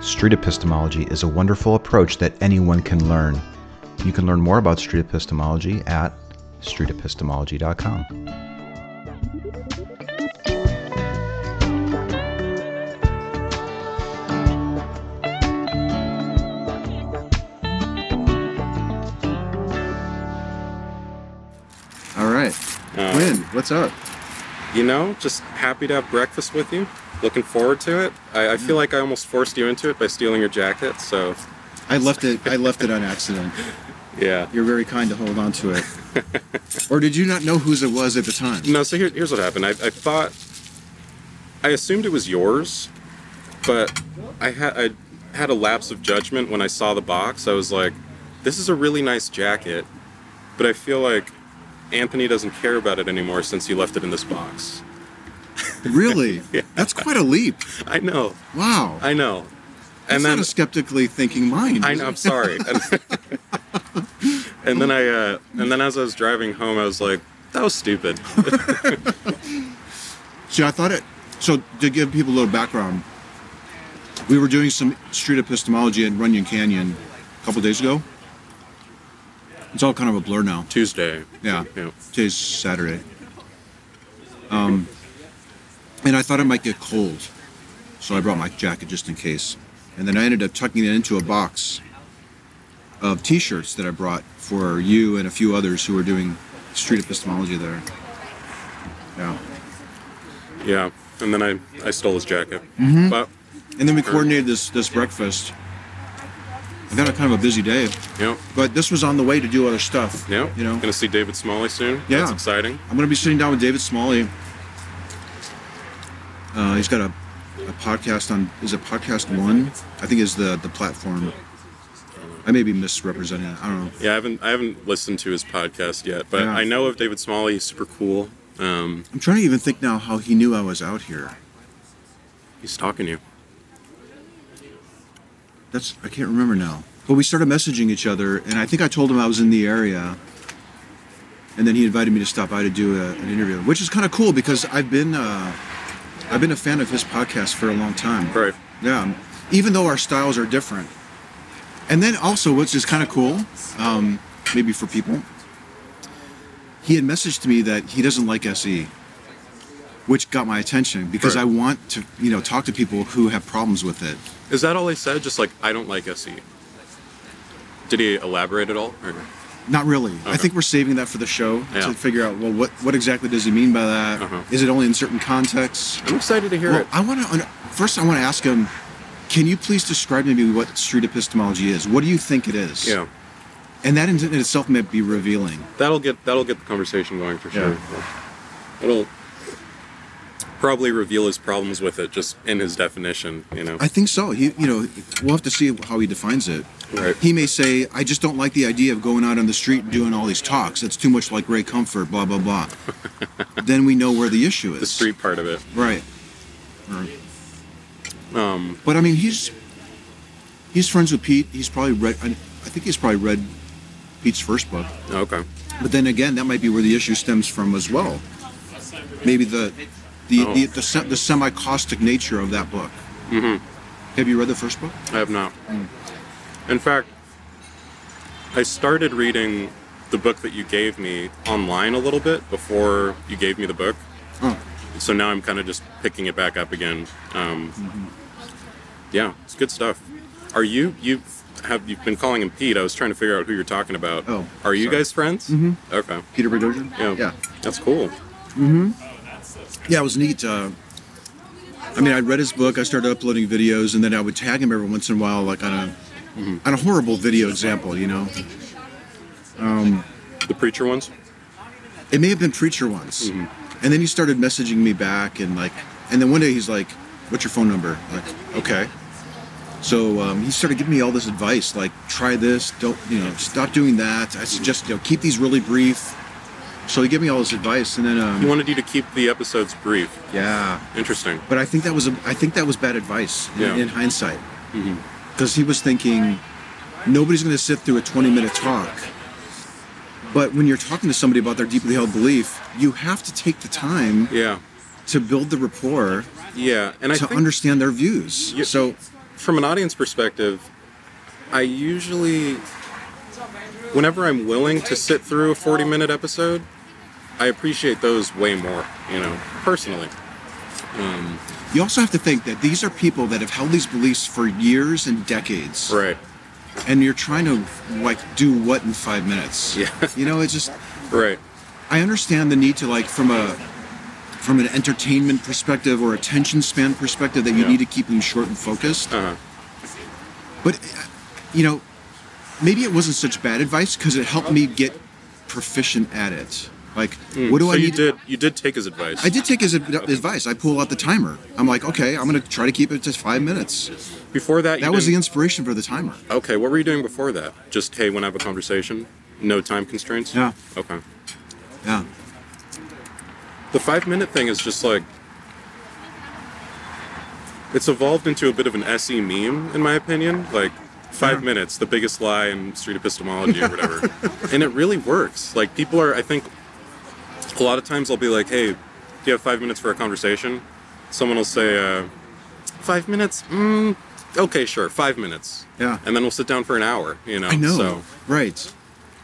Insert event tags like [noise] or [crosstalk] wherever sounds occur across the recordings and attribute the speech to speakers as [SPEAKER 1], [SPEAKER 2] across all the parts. [SPEAKER 1] street epistemology is a wonderful approach that anyone can learn. You can learn more about street epistemology at streetepistemology.com.
[SPEAKER 2] All right.
[SPEAKER 3] Uh,
[SPEAKER 2] Glenn, what's up?
[SPEAKER 3] You know, just happy to have breakfast with you. Looking forward to it. I, I feel like I almost forced you into it by stealing your jacket. So,
[SPEAKER 2] I left it. I left it on accident.
[SPEAKER 3] yeah.
[SPEAKER 2] You're very kind to hold on to
[SPEAKER 3] [laughs]
[SPEAKER 2] it. or did you not know whose it was at the time?
[SPEAKER 3] No, so here, here's what happened. I, I thought, I assumed it was yours, but I had I had a lapse of judgment when I saw the box. I was like, this is a really nice jacket, but I feel like Anthony doesn't care about it anymore since you left it in this box. [laughs]
[SPEAKER 2] Really? That's quite a leap.
[SPEAKER 3] I know,
[SPEAKER 2] Wow.
[SPEAKER 3] I know.
[SPEAKER 2] That's not a skeptically thinking mind.
[SPEAKER 3] I
[SPEAKER 2] is
[SPEAKER 3] know.
[SPEAKER 2] it?
[SPEAKER 3] I'm sorry. [laughs] And, and then I, uh, and then as I was driving home, I was like, "That was stupid." [laughs]
[SPEAKER 2] See, I thought it. So, to give people a little background, we were doing some street epistemology in Runyon Canyon a couple days ago. It's all kind of a blur now.
[SPEAKER 3] Tuesday.
[SPEAKER 2] Yeah.
[SPEAKER 3] Yeah.
[SPEAKER 2] Today's Saturday. Um, and I thought it might get cold, so I brought my jacket just in case. And then I ended up tucking it into a box of T-shirts that I brought for you and a few others who were doing street epistemology there. Yeah.
[SPEAKER 3] Yeah. And then I, I stole his jacket.
[SPEAKER 2] Mm-hmm.
[SPEAKER 3] But
[SPEAKER 2] And then we coordinated this this breakfast. I've had a kind of a busy day,
[SPEAKER 3] you know,
[SPEAKER 2] but this was on the way to do other stuff.
[SPEAKER 3] you know,
[SPEAKER 2] You know,
[SPEAKER 3] gonna see David Smalley soon.
[SPEAKER 2] Yeah.
[SPEAKER 3] That's exciting.
[SPEAKER 2] I'm gonna be sitting down with David Smalley. Uh, he's got a, a podcast on is it podcast one? I think is the the platform. I may be misrepresenting it. I don't know.
[SPEAKER 3] Yeah. I haven't I haven't listened to his podcast yet, but
[SPEAKER 2] Yeah.
[SPEAKER 3] I know of David Smalley. He's super cool. Um,
[SPEAKER 2] I'm trying to even think now how he knew I was out here.
[SPEAKER 3] he's talking to you.
[SPEAKER 2] That's I can't remember now. But we started messaging each other, and I think I told him I was in the area. And then he invited me to stop by to do a, an interview, which is kind of cool because I've been uh, I've been a fan of his podcast for a long time.
[SPEAKER 3] Right.
[SPEAKER 2] Yeah. Even though our styles are different. And then also, which is kind of cool, um, maybe for people, he had messaged me that he doesn't like SE, which got my attention because
[SPEAKER 3] Right.
[SPEAKER 2] I want to, you know, talk to people who have problems with it.
[SPEAKER 3] Is that all he said? Just like I don't like SE. Did he elaborate at all? Or?
[SPEAKER 2] Not really. I
[SPEAKER 3] Okay.
[SPEAKER 2] think we're saving that for the show
[SPEAKER 3] Yeah.
[SPEAKER 2] to figure out well what what exactly does he mean by that? Is
[SPEAKER 3] Uh-huh.
[SPEAKER 2] it only in certain contexts?
[SPEAKER 3] I'm excited to hear
[SPEAKER 2] Well,
[SPEAKER 3] it.
[SPEAKER 2] I want to first. I want to ask him. Can you please describe to me what street epistemology is? What do you think it is?
[SPEAKER 3] yeah.
[SPEAKER 2] And that in, in itself may be revealing.
[SPEAKER 3] that'll get that'll get the conversation going for sure.
[SPEAKER 2] Yeah.
[SPEAKER 3] It'll probably reveal his problems with it just in his definition, you know.
[SPEAKER 2] I think so. He, you know, we'll have to see how he defines it.
[SPEAKER 3] Right.
[SPEAKER 2] He may say, "I just don't like the idea of going out on the street and doing all these talks. It's too much like Ray Comfort." Blah blah
[SPEAKER 3] [laughs]
[SPEAKER 2] blah. then we know where the issue is.
[SPEAKER 3] the street part of it.
[SPEAKER 2] Right. Right.
[SPEAKER 3] Um,
[SPEAKER 2] But I mean, he's he's friends with Pete. He's probably read. I I think he's probably read Pete's first book.
[SPEAKER 3] okay.
[SPEAKER 2] But then again, that might be where the issue stems from as well. Maybe the the
[SPEAKER 3] Oh.
[SPEAKER 2] the, the, se- the semi caustic nature of that book. Mm-hmm. Have you read the first book?
[SPEAKER 3] I have not. In fact, I started reading the book that you gave me online a little bit before you gave me the book.
[SPEAKER 2] Oh,
[SPEAKER 3] So now I'm kind of just picking it back up again. Um, Yeah, it's good stuff. Are you you have you've been calling him Pete? I was trying to figure out who you're talking about.
[SPEAKER 2] Oh,
[SPEAKER 3] are you
[SPEAKER 2] sorry.
[SPEAKER 3] guys friends? Mm-hmm. Okay.
[SPEAKER 2] Peter Boghossian.
[SPEAKER 3] Yeah.
[SPEAKER 2] yeah,
[SPEAKER 3] That's cool.
[SPEAKER 2] Yeah, it was neat. Uh, I mean, I read his book. I started uploading videos, and then I would tag him every once in a while, like on a
[SPEAKER 3] Mm-hmm.
[SPEAKER 2] on a horrible video example. You know,
[SPEAKER 3] The preacher ones.
[SPEAKER 2] it may have been preacher once and then he started messaging me back and like and then one day he's like what's your phone number I'm like okay so um, he started giving me all this advice like try this don't you know stop doing that i suggest you know keep these really brief so he gave me all this advice and then
[SPEAKER 3] He
[SPEAKER 2] um,
[SPEAKER 3] wanted you to keep the episodes brief.
[SPEAKER 2] yeah
[SPEAKER 3] Interesting.
[SPEAKER 2] but i think that was a, i think that was bad advice in,
[SPEAKER 3] Yeah. Mm-hmm.
[SPEAKER 2] in hindsight because he was thinking nobody's going to sit through a 20 minute talk but when you're talking to somebody about their deeply held belief you have to take the time
[SPEAKER 3] Yeah.
[SPEAKER 2] to build the rapport
[SPEAKER 3] Yeah. And I
[SPEAKER 2] to
[SPEAKER 3] think
[SPEAKER 2] understand their views.
[SPEAKER 3] You-
[SPEAKER 2] so
[SPEAKER 3] from an audience perspective, I usually, whenever I'm willing to sit through a 40 minute episode, I appreciate those way more, you know, personally.
[SPEAKER 2] You also have to think that these are people that have held these beliefs for years and decades,
[SPEAKER 3] Right.
[SPEAKER 2] and you're trying to like do what in five minutes?
[SPEAKER 3] Yeah.
[SPEAKER 2] you know, it's just
[SPEAKER 3] Right.
[SPEAKER 2] I understand the need to like from a from an entertainment perspective or attention span perspective that you
[SPEAKER 3] Yeah.
[SPEAKER 2] need to keep them short and focused.
[SPEAKER 3] Uh huh.
[SPEAKER 2] But uh, you know, maybe it wasn't such bad advice because it helped me get proficient at it. Like, what do
[SPEAKER 3] Hmm. so
[SPEAKER 2] I
[SPEAKER 3] you
[SPEAKER 2] need?
[SPEAKER 3] did you did take his advice.
[SPEAKER 2] I did take his ad- advice. I pull out the timer. I'm like, okay, I'm gonna try to keep it to five minutes.
[SPEAKER 3] Before that, you
[SPEAKER 2] That was the
[SPEAKER 3] didn't-
[SPEAKER 2] inspiration for the timer.
[SPEAKER 3] okay. What were you doing before that? Just hey, when I have a conversation, no time constraints.
[SPEAKER 2] Yeah.
[SPEAKER 3] Okay.
[SPEAKER 2] Yeah.
[SPEAKER 3] The five minute thing is just like it's evolved into a bit of an SE meme, in my opinion. Like five minutes, the biggest lie in street epistemology or
[SPEAKER 2] [laughs]
[SPEAKER 3] whatever, and it really works. Like people are, I think, a lot of times I'll be like, "Hey, do you have five minutes for a conversation?" Someone will say, uh, five minutes? Mm, okay, sure, five minutes."
[SPEAKER 2] Yeah.
[SPEAKER 3] and then we'll sit down for an hour. You know,
[SPEAKER 2] I know,
[SPEAKER 3] So
[SPEAKER 2] right?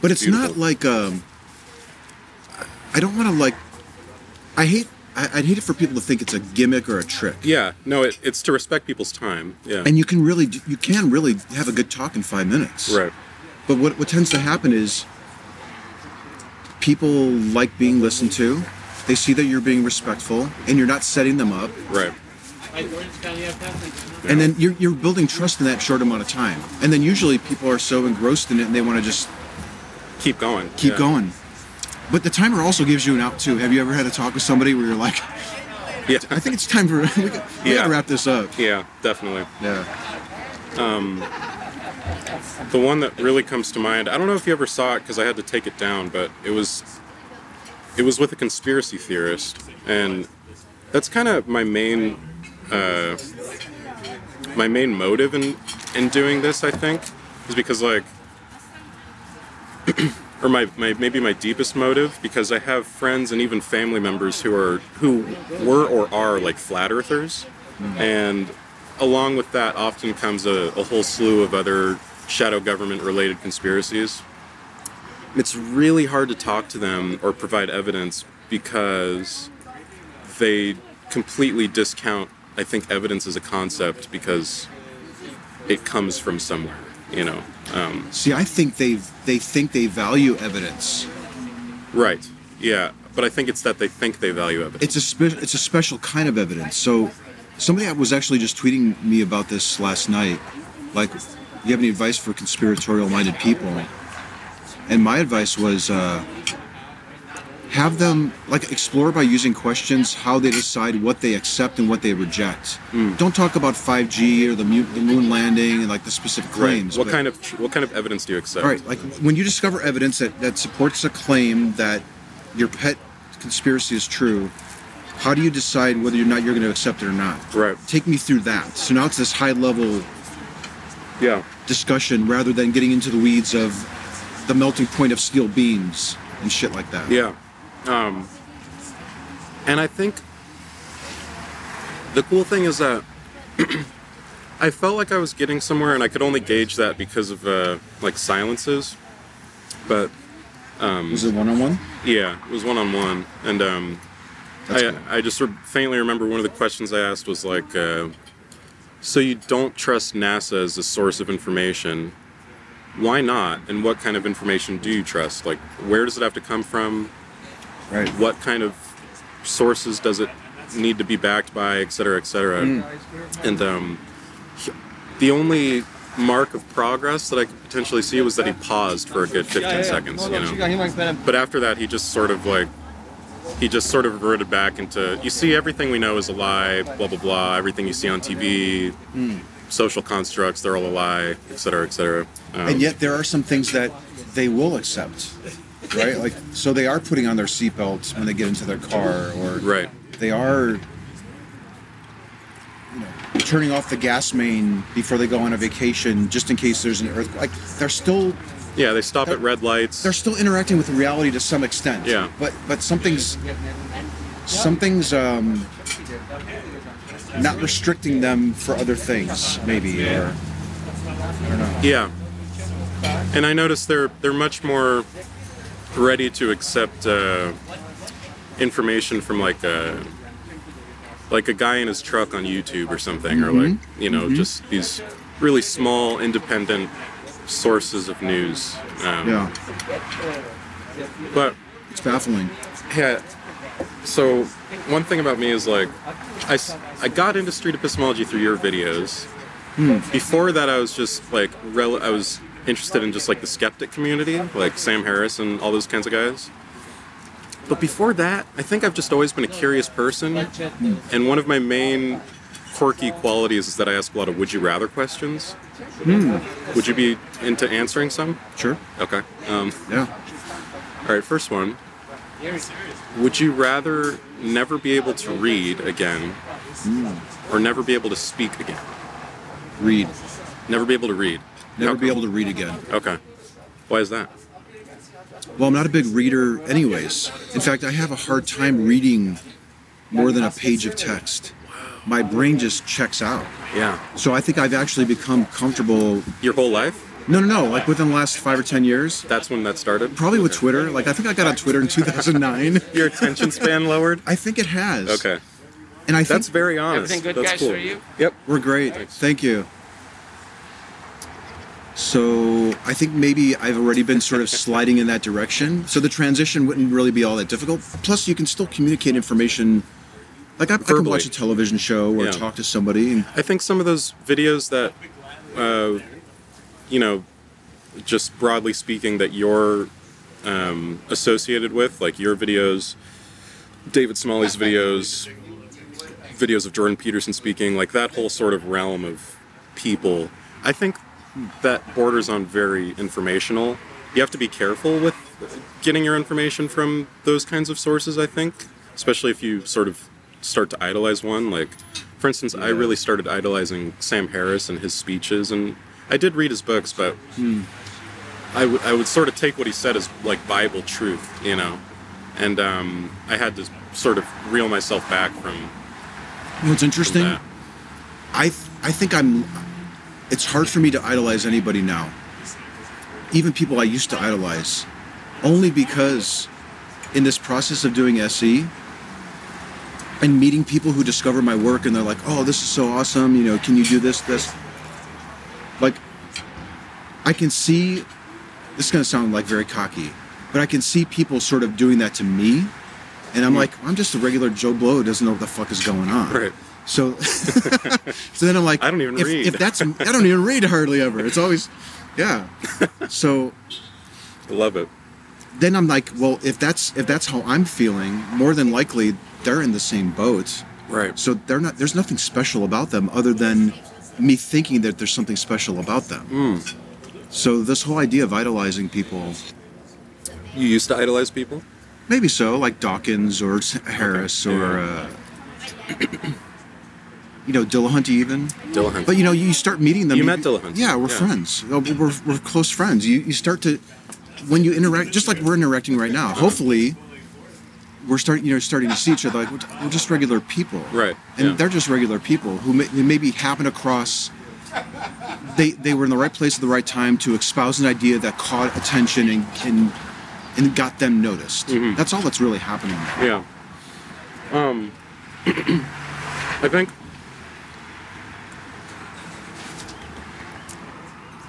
[SPEAKER 2] But it's not
[SPEAKER 3] Beautiful.
[SPEAKER 2] like um, I don't want to like. I hate. I, I'd hate it for people to think it's a gimmick or a trick.
[SPEAKER 3] yeah, no, it, it's to respect people's time. Yeah,
[SPEAKER 2] And you can really, d- you can really have a good talk in five minutes.
[SPEAKER 3] right.
[SPEAKER 2] But what what tends to happen is people like being listened to. They see that you're being respectful and you're not setting them up.
[SPEAKER 3] Right.
[SPEAKER 2] And then you're, you're building trust in that short amount of time. And then usually people are so engrossed in it and they want to just
[SPEAKER 3] Keep going.
[SPEAKER 2] keep
[SPEAKER 3] yeah.
[SPEAKER 2] going. But the timer also gives you an out too. Have you ever had a talk with somebody where you're like, [laughs]
[SPEAKER 3] Yeah.
[SPEAKER 2] I think it's time for [laughs] we, got- we
[SPEAKER 3] Yeah.
[SPEAKER 2] gotta wrap this up.
[SPEAKER 3] Yeah, definitely.
[SPEAKER 2] Yeah.
[SPEAKER 3] The one that really comes to mind, I don't know if you ever saw it because I had to take it down, but it was it was with a conspiracy theorist, and that's kind of my main uh, my main motive in in doing this. I think is because like. [clears throat] Or my, my maybe my deepest motive because I have friends and even family members who are who were or are like flat earthers, and along with that often comes a, a whole slew of other shadow government related conspiracies it's really hard to talk to them or provide evidence because they completely discount i think evidence as a concept because it comes from somewhere you know um,
[SPEAKER 2] See, I think they they think they value evidence.
[SPEAKER 3] right yeah but i think it's that they think they value evidence
[SPEAKER 2] It's a spe- it's a special kind of evidence. So, somebody was actually just tweeting me about this last night. Like, do you have any advice for conspiratorial-minded people? And my advice was uh, have them like explore by using questions how they decide what they accept and what they reject.
[SPEAKER 3] Hmm.
[SPEAKER 2] Don't talk about 5G or the, mu- the moon landing and like the specific claims.
[SPEAKER 3] right. what
[SPEAKER 2] but-
[SPEAKER 3] kind of what kind of evidence do you accept
[SPEAKER 2] all right, like when you discover evidence that, that supports a claim that your pet conspiracy is true, how do you decide whether or not you're going to accept it or not?
[SPEAKER 3] Right.
[SPEAKER 2] Take me through that. So now it's this high level
[SPEAKER 3] yeah
[SPEAKER 2] discussion rather than getting into the weeds of the melting point of steel beams and shit like that.
[SPEAKER 3] Yeah. Um, and I think the cool thing is that [clears throat] I felt like I was getting somewhere, and I could only gauge that because of uh, like silences. But
[SPEAKER 2] Was it one on one?
[SPEAKER 3] yeah, it was one on one, and um,
[SPEAKER 2] That's
[SPEAKER 3] I,
[SPEAKER 2] cool.
[SPEAKER 3] I just re- faintly remember one of the questions I asked was like, uh, "So you don't trust NASA as a source of information? Why not? And what kind of information do you trust? Like, where does it have to come from?
[SPEAKER 2] Right.
[SPEAKER 3] what kind of sources does it need to be backed by, et cetera, et cetera.
[SPEAKER 2] Hmm.
[SPEAKER 3] And um, he- the only mark of progress that I could potentially see was that he paused for a good 15 seconds, you know. But after that, he just sort of like, he just sort of reverted back into, you see, everything we know is a lie, blah, blah, blah, everything you see on TV,
[SPEAKER 2] Hmm.
[SPEAKER 3] social constructs, they're all a lie, et cetera, et cetera. Um,
[SPEAKER 2] And yet there are some things that they will accept, right? Like, so they are putting on their seatbelts when they get into their car or.
[SPEAKER 3] right.
[SPEAKER 2] they are you know turning off the gas main before they go on a vacation just in case there's an earthquake like they're still
[SPEAKER 3] Yeah, they stop at red lights.
[SPEAKER 2] uh, they're still interacting with reality to some extent
[SPEAKER 3] Yeah.
[SPEAKER 2] but but something's something's um not restricting them for other things, maybe, or
[SPEAKER 3] Yeah. And I noticed they're they're much more ready to accept uh, information from like a like a guy in his truck on YouTube or something, or like you know just these really small independent sources of news. Um,
[SPEAKER 2] yeah,
[SPEAKER 3] But
[SPEAKER 2] it's baffling.
[SPEAKER 3] yeah. So one thing about me is like, I, s- I got into street epistemology through your videos. Before that, I was just like, rel- I was interested in just like the skeptic community, like Sam Harris and all those kinds of guys. But before that, I think I've just always been a curious person, and one of my main quirky qualities is that I ask a lot of would you rather questions. Would you be into answering some?
[SPEAKER 2] Sure.
[SPEAKER 3] Okay. Um,
[SPEAKER 2] Yeah.
[SPEAKER 3] all right, first one. Would you rather never be able to read again or never be able to speak again?
[SPEAKER 2] Read.
[SPEAKER 3] Never be able to read.
[SPEAKER 2] Never
[SPEAKER 3] How
[SPEAKER 2] be
[SPEAKER 3] come?
[SPEAKER 2] able to read again.
[SPEAKER 3] Okay. Why is that?
[SPEAKER 2] Well, I'm not a big reader, anyways. In fact, I have a hard time reading more than a page of text. My brain just checks out.
[SPEAKER 3] Yeah.
[SPEAKER 2] So I think I've actually become comfortable.
[SPEAKER 3] Your whole life?
[SPEAKER 2] No, no, no. Like within the last five or 10 years,
[SPEAKER 3] That's when that started?
[SPEAKER 2] probably with Twitter. Like I think I got on Twitter in 2009.
[SPEAKER 3] Your attention span lowered?
[SPEAKER 2] [laughs] I think it has.
[SPEAKER 3] Okay.
[SPEAKER 2] And I
[SPEAKER 3] That's
[SPEAKER 2] think
[SPEAKER 3] very honest.
[SPEAKER 4] Everything good,
[SPEAKER 3] That's
[SPEAKER 4] guys,
[SPEAKER 3] cool.
[SPEAKER 4] for you?
[SPEAKER 3] Yep.
[SPEAKER 2] we're great. Thank you. So I think maybe I've already been sort of sliding in that direction. So the transition wouldn't really be all that difficult. Plus, you can still communicate information. Like I, I can
[SPEAKER 3] Verbally.
[SPEAKER 2] watch a television show or
[SPEAKER 3] Yeah.
[SPEAKER 2] talk to somebody. And,
[SPEAKER 3] I think some of those videos that, uh, you know, just broadly speaking, that you're um, associated with, like your videos, David Smalley's videos, videos of Jordan Peterson speaking, like that whole sort of realm of people, I think that borders on very informational. You have to be careful with getting your information from those kinds of sources, I think, especially if you sort of start to idolize one. Like, for instance, I really started idolizing Sam Harris and his speeches, and I did read his books, but I would- I would sort of take what he said as like Bible truth, you know, and um, I had to sort of reel myself back from
[SPEAKER 2] you know, what's interesting.
[SPEAKER 3] that.
[SPEAKER 2] I th- I think I'm. It's hard for me to idolize anybody now, even people I used to idolize, only because in this process of doing SE and meeting people who discover my work and they're like, "Oh, this is so awesome! You know, can you do this, this?" Like, I can see. This is gonna sound like very cocky, but I can see people sort of doing that to me, and I'm like, I'm just a regular Joe Blow who doesn't know what the fuck is going on.
[SPEAKER 3] Right.
[SPEAKER 2] So, [laughs] so then I'm like,
[SPEAKER 3] I don't even
[SPEAKER 2] if,
[SPEAKER 3] read.
[SPEAKER 2] If that's, I don't even read hardly ever. It's always, yeah. So
[SPEAKER 3] I love it.
[SPEAKER 2] then I'm like, well, if that's if that's how I'm feeling, more than likely they're in the same boat.
[SPEAKER 3] Right.
[SPEAKER 2] So they're not. There's nothing special about them other than me thinking that there's something special about them.
[SPEAKER 3] Hmm.
[SPEAKER 2] So this whole idea of idolizing people,
[SPEAKER 3] You used to idolize people?
[SPEAKER 2] maybe so, like Dawkins or S- Harris
[SPEAKER 3] Okay.
[SPEAKER 2] or. Uh, [clears throat] You know, Dillahunty even.
[SPEAKER 3] Dillahunty.
[SPEAKER 2] But you know, you start meeting them.
[SPEAKER 3] You met Dillahunty.
[SPEAKER 2] Yeah, we're
[SPEAKER 3] Yeah.
[SPEAKER 2] friends. Uh, We're, we're close friends. You, you start to, when you interact, just like we're interacting right now. Hopefully, we're starting. You know, starting to see each other. Like we're, we're just regular people.
[SPEAKER 3] Right,
[SPEAKER 2] And
[SPEAKER 3] yeah.
[SPEAKER 2] they're just regular people who, may, who maybe happened across. They they were in the right place at the right time to espouse an idea that caught attention and and, and got them noticed.
[SPEAKER 3] Mm-hmm.
[SPEAKER 2] That's all that's really happening.
[SPEAKER 3] Yeah. Um, [clears throat] I think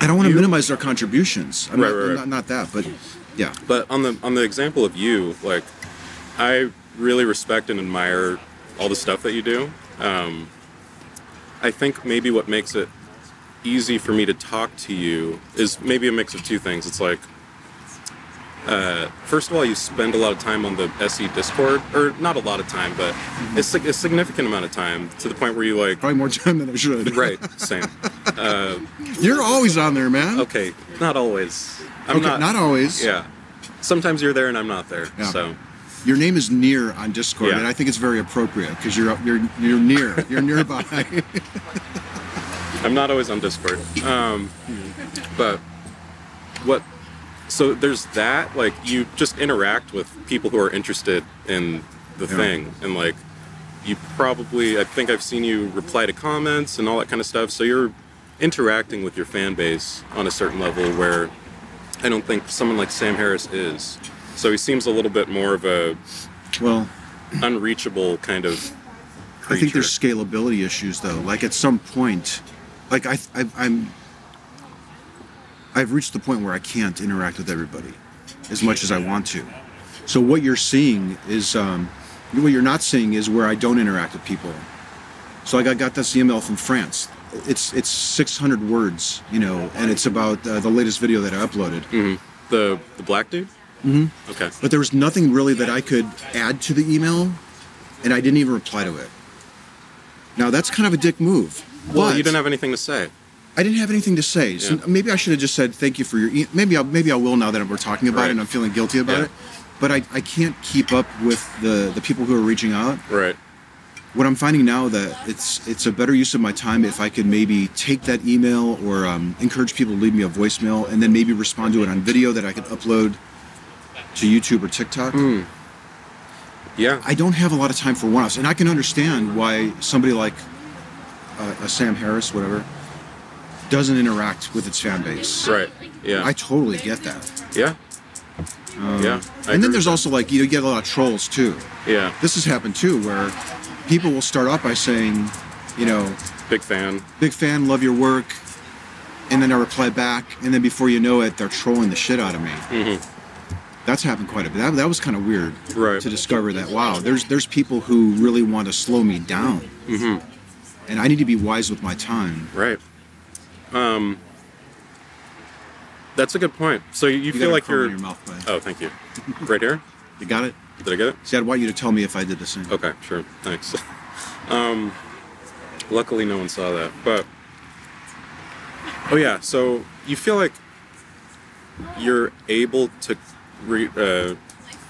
[SPEAKER 2] I don't want to
[SPEAKER 3] You-
[SPEAKER 2] minimize their contributions. I'm
[SPEAKER 3] Right,
[SPEAKER 2] not,
[SPEAKER 3] right, right.
[SPEAKER 2] Not, not that, but yeah.
[SPEAKER 3] but on the on the example of you, like, I really respect and admire all the stuff that you do. Um, I think maybe what makes it easy for me to talk to you is maybe a mix of two things. It's like, uh, first of all, you spend a lot of time on the SE Discord, or not a lot of time, but it's like a significant amount of time to the point where you like,
[SPEAKER 2] Probably more [laughs] time than I should.
[SPEAKER 3] right, same. Uh,
[SPEAKER 2] You're always on there, man.
[SPEAKER 3] okay, not always. I'm
[SPEAKER 2] okay, not, always.
[SPEAKER 3] Yeah. Sometimes you're there and I'm not there.
[SPEAKER 2] Yeah.
[SPEAKER 3] So
[SPEAKER 2] Your name is near on Discord,
[SPEAKER 3] Yeah.
[SPEAKER 2] and I think it's very appropriate because you're you're you're near, you're
[SPEAKER 3] [laughs]
[SPEAKER 2] nearby.
[SPEAKER 3] I'm not always on Discord. Um, but what? So there's that. Like you just interact with people who are interested in the
[SPEAKER 2] Yeah.
[SPEAKER 3] thing, and like you probably I think I've seen you reply to comments and all that kind of stuff. So you're interacting with your fan base on a certain level where I don't think someone like Sam Harris is. So he seems a little bit more of a
[SPEAKER 2] Well,
[SPEAKER 3] unreachable kind of creature.
[SPEAKER 2] I think there's scalability issues though. Like at some point, like I, I I'm, I've reached the point where I can't interact with everybody as much as I want to. So what you're seeing is, um, what you're not seeing is where I don't interact with people. So like I got this email from France. It's it's 600 words, you know, and it's about uh, the latest video that I uploaded.
[SPEAKER 3] the the black dude. Mm-hmm. Okay.
[SPEAKER 2] But there was nothing really that I could add to the email, and I didn't even reply to it. Now that's kind of a dick move.
[SPEAKER 3] Well,
[SPEAKER 2] but
[SPEAKER 3] you didn't have anything to say.
[SPEAKER 2] I didn't have anything to say. So
[SPEAKER 3] Yeah.
[SPEAKER 2] maybe I should have just said thank you for your. E-. Maybe I maybe I will now that we're talking about
[SPEAKER 3] Right.
[SPEAKER 2] it and I'm feeling guilty about
[SPEAKER 3] Yeah.
[SPEAKER 2] it. But I, I can't keep up with the, the people who are reaching out.
[SPEAKER 3] Right.
[SPEAKER 2] What I'm finding now that it's it's a better use of my time if I could maybe take that email or um, encourage people to leave me a voicemail and then maybe respond to it on video that I could upload to YouTube or TikTok.
[SPEAKER 3] Hmm. Yeah.
[SPEAKER 2] I don't have a lot of time for one-offs, and I can understand why somebody like uh, a Sam Harris, whatever, doesn't interact with its fan base.
[SPEAKER 3] right. Yeah.
[SPEAKER 2] I totally get that.
[SPEAKER 3] yeah. yeah. I
[SPEAKER 2] and
[SPEAKER 3] agree
[SPEAKER 2] then there's
[SPEAKER 3] with
[SPEAKER 2] also like you get a lot of trolls too.
[SPEAKER 3] that. yeah.
[SPEAKER 2] This has happened too, where people will start off by saying, you know,
[SPEAKER 3] Big fan.
[SPEAKER 2] big fan, love your work, and then I reply back, and then before you know it, they're trolling the shit out of me. That's happened quite a bit. That, that was kind of weird
[SPEAKER 3] Mm-hmm. Right.
[SPEAKER 2] to discover that. Wow, there's there's people who really want to slow me down,
[SPEAKER 3] Mm-hmm.
[SPEAKER 2] and I need to be wise with my time.
[SPEAKER 3] Right. Um. That's a good point. So you, you
[SPEAKER 2] You
[SPEAKER 3] feel
[SPEAKER 2] got a
[SPEAKER 3] like
[SPEAKER 2] crumb
[SPEAKER 3] you're.
[SPEAKER 2] in your mouth, bud.
[SPEAKER 3] Oh, thank you. Right here.
[SPEAKER 2] You got it.
[SPEAKER 3] Did I get it?
[SPEAKER 2] See, I'd want you to tell me if I did the same.
[SPEAKER 3] Okay, sure. Thanks. [laughs] um, luckily, no one saw that. But oh yeah, so you feel like you're able to re, uh,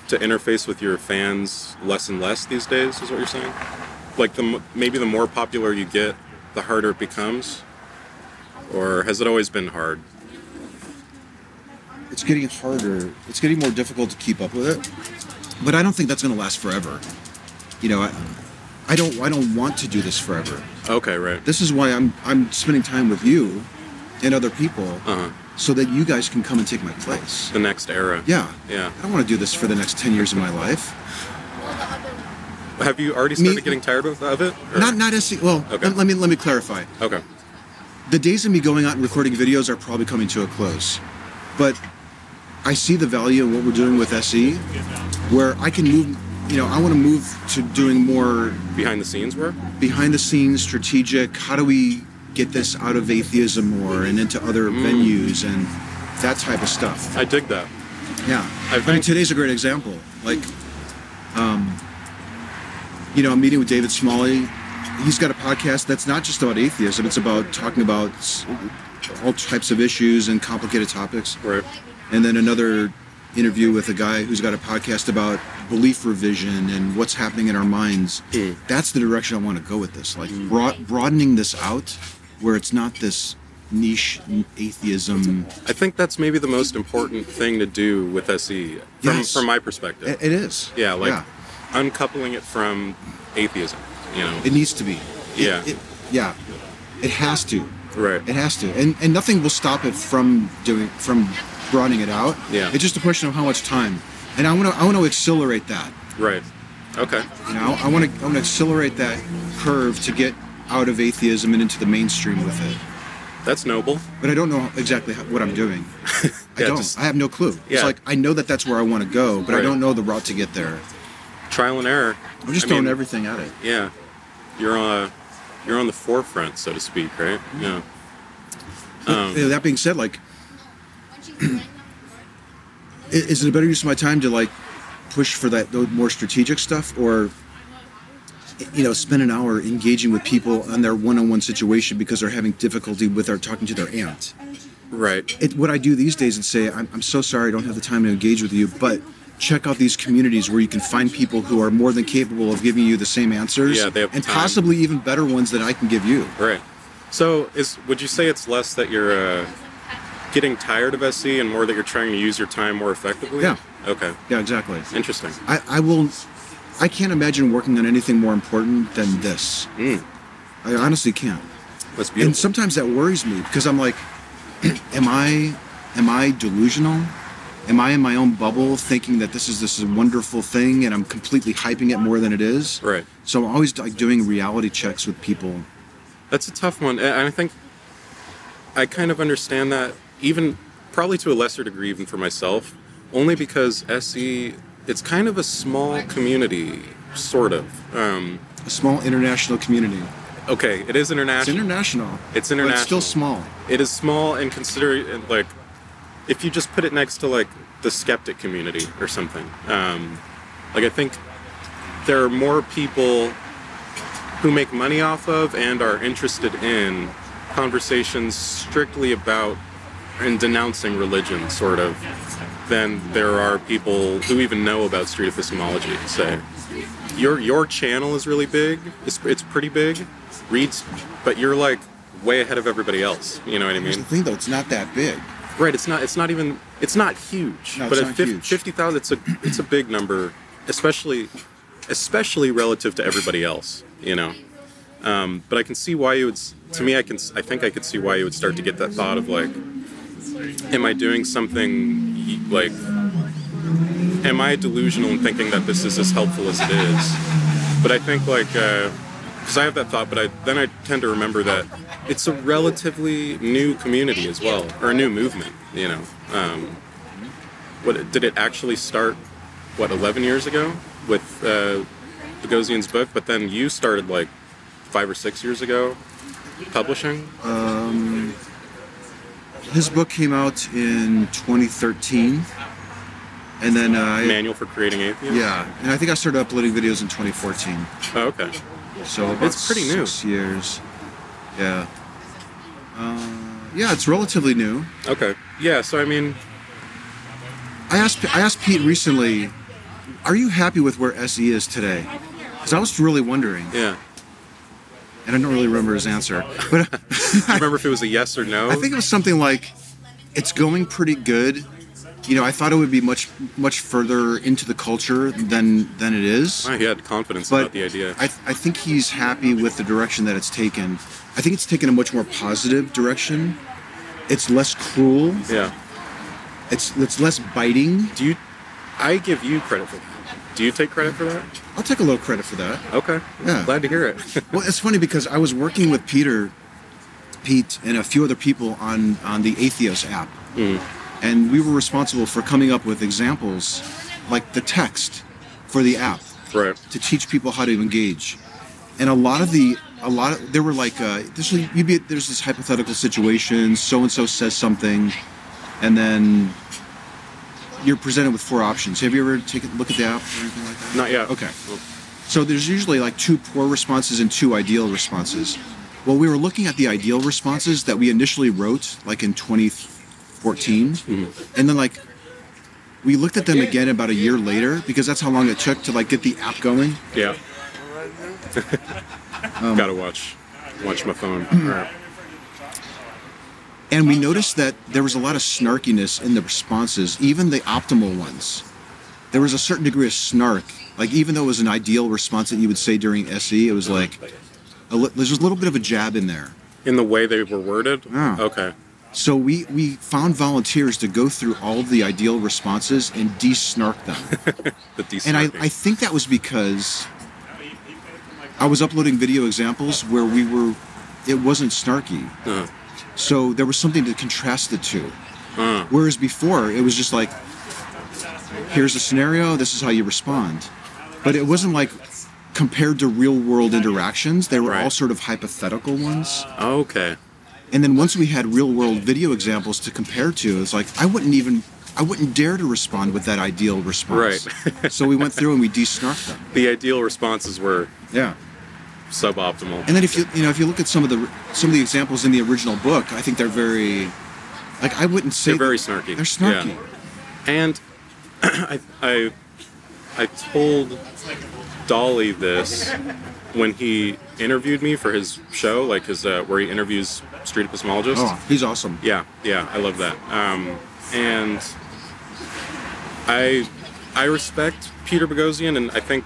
[SPEAKER 3] to interface with your fans less and less these days, is what you're saying? Like the m- maybe the more popular you get, the harder it becomes. Or has it always been hard?
[SPEAKER 2] It's getting harder. It's getting more difficult to keep up with it, but I don't think that's going to last forever. You know, I, I don't I don't want to do this forever.
[SPEAKER 3] Okay, right.
[SPEAKER 2] this is why I'm I'm spending time with you and other people
[SPEAKER 3] Uh huh.
[SPEAKER 2] so that you guys can come and take my place.
[SPEAKER 3] The next era.
[SPEAKER 2] Yeah.
[SPEAKER 3] Yeah.
[SPEAKER 2] I don't want to do this for the next 10 years of my life.
[SPEAKER 3] Have you already
[SPEAKER 2] Me-
[SPEAKER 3] started getting tired of, of it? or-
[SPEAKER 2] Not not as well,
[SPEAKER 3] Okay.
[SPEAKER 2] let, let me let me clarify.
[SPEAKER 3] Okay.
[SPEAKER 2] The days of me going out and recording videos are probably coming to a close. But I see the value in what we're doing with SE where I can move, you know, I want to move to doing more
[SPEAKER 3] Behind the scenes work.
[SPEAKER 2] behind the scenes strategic how do we get this out of atheism or and into other
[SPEAKER 3] Mm.
[SPEAKER 2] venues and that type of stuff
[SPEAKER 3] I dig that.
[SPEAKER 2] yeah
[SPEAKER 3] I
[SPEAKER 2] i, mean
[SPEAKER 3] think-
[SPEAKER 2] today's a great example like um, you know i'm meeting with david smalley he's got a podcast that's not just about atheism it's about talking about s- all types of issues and complicated topics
[SPEAKER 3] Right.
[SPEAKER 2] and then another interview with a guy who's got a podcast about belief revision and what's happening in our minds.
[SPEAKER 3] Mm.
[SPEAKER 2] That's the direction I want to go with this, like
[SPEAKER 3] Hmm.
[SPEAKER 2] broad, broadening this out, where it's not this niche atheism.
[SPEAKER 3] I think that's maybe the most important thing to do with SE from,
[SPEAKER 2] Yes.
[SPEAKER 3] from my perspective.
[SPEAKER 2] It, it is.
[SPEAKER 3] yeah, like uncoupling it from atheism, you know.
[SPEAKER 2] it needs to be. It-
[SPEAKER 3] Yeah.
[SPEAKER 2] it- yeah, it has to.
[SPEAKER 3] right.
[SPEAKER 2] It has to, and and nothing will stop it from doing from broadening it out.
[SPEAKER 3] Yeah.
[SPEAKER 2] it's just a question of how much time, and I want to I want to accelerate that.
[SPEAKER 3] right. Okay.
[SPEAKER 2] You know, I want to I want to accelerate that curve to get out of atheism and into the mainstream with it.
[SPEAKER 3] That's noble.
[SPEAKER 2] But I don't know exactly how, what I'm
[SPEAKER 3] [laughs]
[SPEAKER 2] doing. I
[SPEAKER 3] Yeah,
[SPEAKER 2] don't.
[SPEAKER 3] just-
[SPEAKER 2] I have no clue. It's
[SPEAKER 3] Yeah.
[SPEAKER 2] like I know that that's where I want to go, but I
[SPEAKER 3] Right.
[SPEAKER 2] don't know the route to get there.
[SPEAKER 3] Trial and error.
[SPEAKER 2] I'm just
[SPEAKER 3] I
[SPEAKER 2] throwing
[SPEAKER 3] mean,
[SPEAKER 2] everything at it.
[SPEAKER 3] Yeah. You're on you're on the forefront, so to speak, right?
[SPEAKER 2] Mm-hmm.
[SPEAKER 3] Yeah.
[SPEAKER 2] But, you know, that being said, like, i- is it a better use of my time to like push for that the more strategic stuff, or you know, spend an hour engaging with people on their one-on-one situation because they're having difficulty with their talking to their aunt?
[SPEAKER 3] Right.
[SPEAKER 2] it, what I do these days is say, I'm, I'm so sorry, I don't have the time to engage with you, but check out these communities where you can find people who are more than capable of giving you the same answers
[SPEAKER 3] Yeah, they have
[SPEAKER 2] and
[SPEAKER 3] time.
[SPEAKER 2] possibly even better ones than I can give you.
[SPEAKER 3] Right. So, is would you say it's less that you're uh, getting tired of SE and more that you're trying to use your time more effectively?
[SPEAKER 2] Yeah.
[SPEAKER 3] Okay.
[SPEAKER 2] Yeah, exactly.
[SPEAKER 3] Interesting.
[SPEAKER 2] I, I will, I can't imagine working on anything more important than this.
[SPEAKER 3] Mm,
[SPEAKER 2] I honestly can't.
[SPEAKER 3] that's
[SPEAKER 2] And
[SPEAKER 3] beautiful.
[SPEAKER 2] sometimes that worries me because I'm like, [clears throat] am I, am I delusional? Am I in my own bubble thinking that this is this wonderful thing and I'm completely hyping it more than it is?
[SPEAKER 3] right.
[SPEAKER 2] So I'm always like doing reality checks with people.
[SPEAKER 3] That's a tough one, and and I think I kind of understand that, even probably to a lesser degree, even for myself, only because SE, it's kind of a small community, sort of. Um,
[SPEAKER 2] A small international community.
[SPEAKER 3] okay, it
[SPEAKER 2] It's
[SPEAKER 3] is international.
[SPEAKER 2] international.
[SPEAKER 3] It's
[SPEAKER 2] but
[SPEAKER 3] international.
[SPEAKER 2] it's still small.
[SPEAKER 3] It is small, and consider like if you just put it next to like the skeptic community or something. Um, like I think there are more people who make money off of and are interested in conversations strictly about and denouncing religion, sort of, than there are people who even know about street epistemology. Say, your your channel is really big. It's it's pretty big. Reads, but you're like way ahead of everybody else. You know what I
[SPEAKER 2] Here's
[SPEAKER 3] mean?
[SPEAKER 2] the thing though, it's not that big.
[SPEAKER 3] Right. It's not. It's not even. It's not huge.
[SPEAKER 2] No, it's
[SPEAKER 3] but
[SPEAKER 2] not
[SPEAKER 3] at fif-
[SPEAKER 2] huge.
[SPEAKER 3] fifty thousand, it's a it's a big number, especially especially relative to everybody else. You know. Um, but I can see why you would. s- To me, I can. s- I think I could see why you would start to get that thought of like, am I doing something y- like? Am I delusional in thinking that this is as helpful as it is? But I think like. Uh, because I have that thought, but I, then I tend to remember that it's a relatively new community as well, or a new movement. You know, um, what did it actually start? What 11 years ago with uh, Bogosian's book, but then you started like five or six years ago publishing.
[SPEAKER 2] His book came out in 2013, and then uh, I
[SPEAKER 3] Manual for Creating Atheists.
[SPEAKER 2] yeah, and I think I started uploading videos in 2014.
[SPEAKER 3] Oh, okay.
[SPEAKER 2] So about
[SPEAKER 3] It's pretty new.
[SPEAKER 2] six years. Yeah. Uh, yeah, it's relatively new.
[SPEAKER 3] Okay. Yeah. So I mean,
[SPEAKER 2] I asked I asked Pete recently, are you happy with where SE is today? Because I was really wondering,
[SPEAKER 3] yeah.
[SPEAKER 2] and I don't really remember his answer, but
[SPEAKER 3] I remember if it was a yes or
[SPEAKER 2] [laughs]
[SPEAKER 3] no.
[SPEAKER 2] I think it was something like, it's going pretty good. You know, I thought it would be much much further into the culture than than it is.
[SPEAKER 3] Oh, he had confidence
[SPEAKER 2] But
[SPEAKER 3] about the idea.
[SPEAKER 2] I, I think he's happy with the direction that it's taken. I think it's taken a much more positive direction. It's less cruel.
[SPEAKER 3] yeah.
[SPEAKER 2] It's it's less biting.
[SPEAKER 3] Do you? I give you credit for that. Do you take credit for that?
[SPEAKER 2] I'll take a little credit for that.
[SPEAKER 3] Okay.
[SPEAKER 2] Yeah.
[SPEAKER 3] Glad to hear
[SPEAKER 2] [laughs]
[SPEAKER 3] it.
[SPEAKER 2] Well, it's funny because I was working with Peter, Pete, and a few other people on on the Atheos app,
[SPEAKER 3] Mm.
[SPEAKER 2] and we were responsible for coming up with examples, like the text for the app,
[SPEAKER 3] right.
[SPEAKER 2] to teach people how to engage. And a lot of the a lot of there were like uh, there's you be there's this hypothetical situation. So and so says something, and then you're presented with four options. Have you ever taken a look at the app or anything like that?
[SPEAKER 3] Not yet.
[SPEAKER 2] Okay. So there's usually like two poor responses and two ideal responses. Well, we were looking at the ideal responses that we initially wrote, like in 2014, and then like we looked at them again about a year later because that's how long it took to like get the app going. [laughs]
[SPEAKER 3] Yeah.
[SPEAKER 2] Um,
[SPEAKER 3] Gotta watch, watch
[SPEAKER 2] [clears throat]
[SPEAKER 3] my phone. Alright.
[SPEAKER 2] And we noticed that there was a lot of snarkiness in the responses, even the optimal ones. There was a certain degree of snark. Like, even though it was an ideal response that you would say during SE, it was like, a li- there's a little bit of a jab in there.
[SPEAKER 3] In the way they were worded.
[SPEAKER 2] Yeah.
[SPEAKER 3] Okay.
[SPEAKER 2] So we, we found volunteers to go through all of the ideal responses and de-snark them.
[SPEAKER 3] The
[SPEAKER 2] and I,
[SPEAKER 3] desnarking.
[SPEAKER 2] I think that was because I was uploading video examples where we were, it wasn't snarky.
[SPEAKER 3] Uh,
[SPEAKER 2] So there was something to contrast it to.
[SPEAKER 3] uh,
[SPEAKER 2] Whereas before, it was just like, here's a scenario, this is how you respond. But it wasn't like compared to real world interactions, they were all
[SPEAKER 3] Right.
[SPEAKER 2] sort of hypothetical ones.
[SPEAKER 3] okay.
[SPEAKER 2] And then once we had real world video examples to compare to, it's like, I wouldn't even. I wouldn't dare to respond with that ideal response. Right.
[SPEAKER 3] [laughs]
[SPEAKER 2] so we went through and we de-snarked them.
[SPEAKER 3] The ideal responses were
[SPEAKER 2] Yeah.
[SPEAKER 3] suboptimal.
[SPEAKER 2] And then if you you know if you look at some of the some of the examples in the original book, I think they're very, like I wouldn't say
[SPEAKER 3] They're very snarky.
[SPEAKER 2] They're snarky.
[SPEAKER 3] Yeah. And [clears throat] I, I, I told Dolly this when he interviewed me for his show, like his uh, where he interviews street epistemologists.
[SPEAKER 2] Oh, he's awesome.
[SPEAKER 3] Um, Yeah, yeah, I love that. Um, and I I respect Peter Bogosian, and I think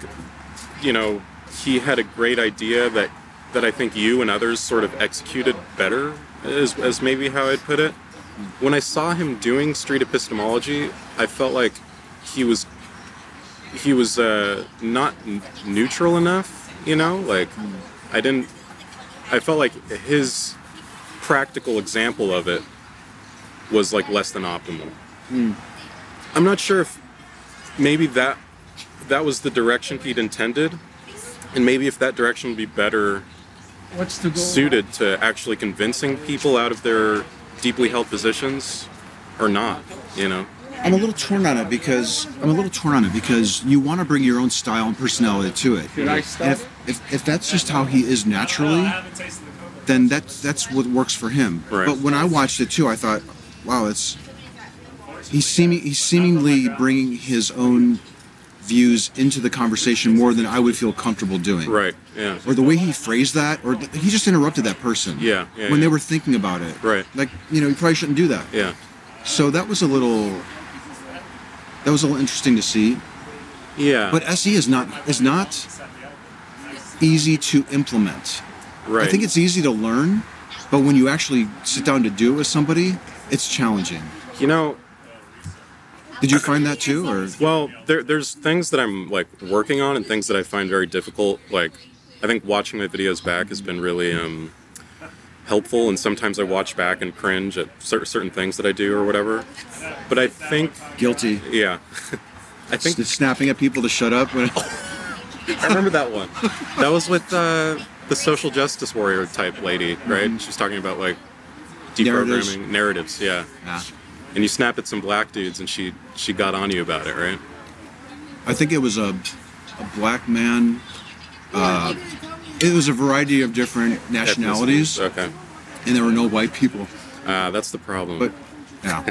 [SPEAKER 3] you know, he had a great idea that that I think you and others sort of executed better, as, as maybe how I'd put it. When I saw him doing street epistemology, I felt like he was he was uh, not n- neutral enough. You know, like I didn't. I felt like his practical example of it was like less than optimal. I'm not sure if maybe that that was the direction he'd intended, and maybe if that direction would be better
[SPEAKER 4] What's the goal?
[SPEAKER 3] suited to actually convincing people out of their deeply held positions or not. You know,
[SPEAKER 2] I'm a little torn on it because I'm a little torn on it because you want to bring your own style and personality to it.
[SPEAKER 4] I
[SPEAKER 2] And
[SPEAKER 4] stop?
[SPEAKER 2] if, if, if that's just how he is naturally, then that's that's what works for him.
[SPEAKER 3] Right.
[SPEAKER 2] But when I watched it too, I thought, wow, it's he's seeming he's seemingly bringing his own views into the conversation more than I would feel comfortable doing.
[SPEAKER 3] right? Yeah.
[SPEAKER 2] Or the way he phrased that, or th- he just interrupted that person.
[SPEAKER 3] Yeah, yeah,
[SPEAKER 2] when they
[SPEAKER 3] yeah.
[SPEAKER 2] were thinking about it.
[SPEAKER 3] Right.
[SPEAKER 2] Like you know, you probably shouldn't do that.
[SPEAKER 3] Yeah.
[SPEAKER 2] So that was a little that was a little interesting to see.
[SPEAKER 3] Yeah.
[SPEAKER 2] But SE is not is not easy to implement.
[SPEAKER 3] right.
[SPEAKER 2] I think it's easy to learn, but when you actually sit down to do it with somebody, it's challenging.
[SPEAKER 3] you know.
[SPEAKER 2] Did you find that too, or
[SPEAKER 3] Well, there, there's things that I'm like working on and things that I find very difficult. Like, I think watching my videos back has been really um, helpful, and sometimes I watch back and cringe at cer- certain things that I do or whatever. But I think,
[SPEAKER 2] guilty?
[SPEAKER 3] yeah, [laughs] I think Oh.
[SPEAKER 2] S- snapping at people to shut up. [laughs] When,
[SPEAKER 3] I remember that one. That was with uh, the social justice warrior type lady, right? She was talking about like
[SPEAKER 2] Mm-hmm. Narratives.
[SPEAKER 3] deprogramming narratives, yeah.
[SPEAKER 2] Nah.
[SPEAKER 3] And you snap at some black dudes, and she she got on you about it, right?
[SPEAKER 2] I think it was a, a black man. uh, It was a variety of different nationalities,
[SPEAKER 3] Okay,
[SPEAKER 2] and there were no white people.
[SPEAKER 3] uh, that's the problem.
[SPEAKER 2] But yeah,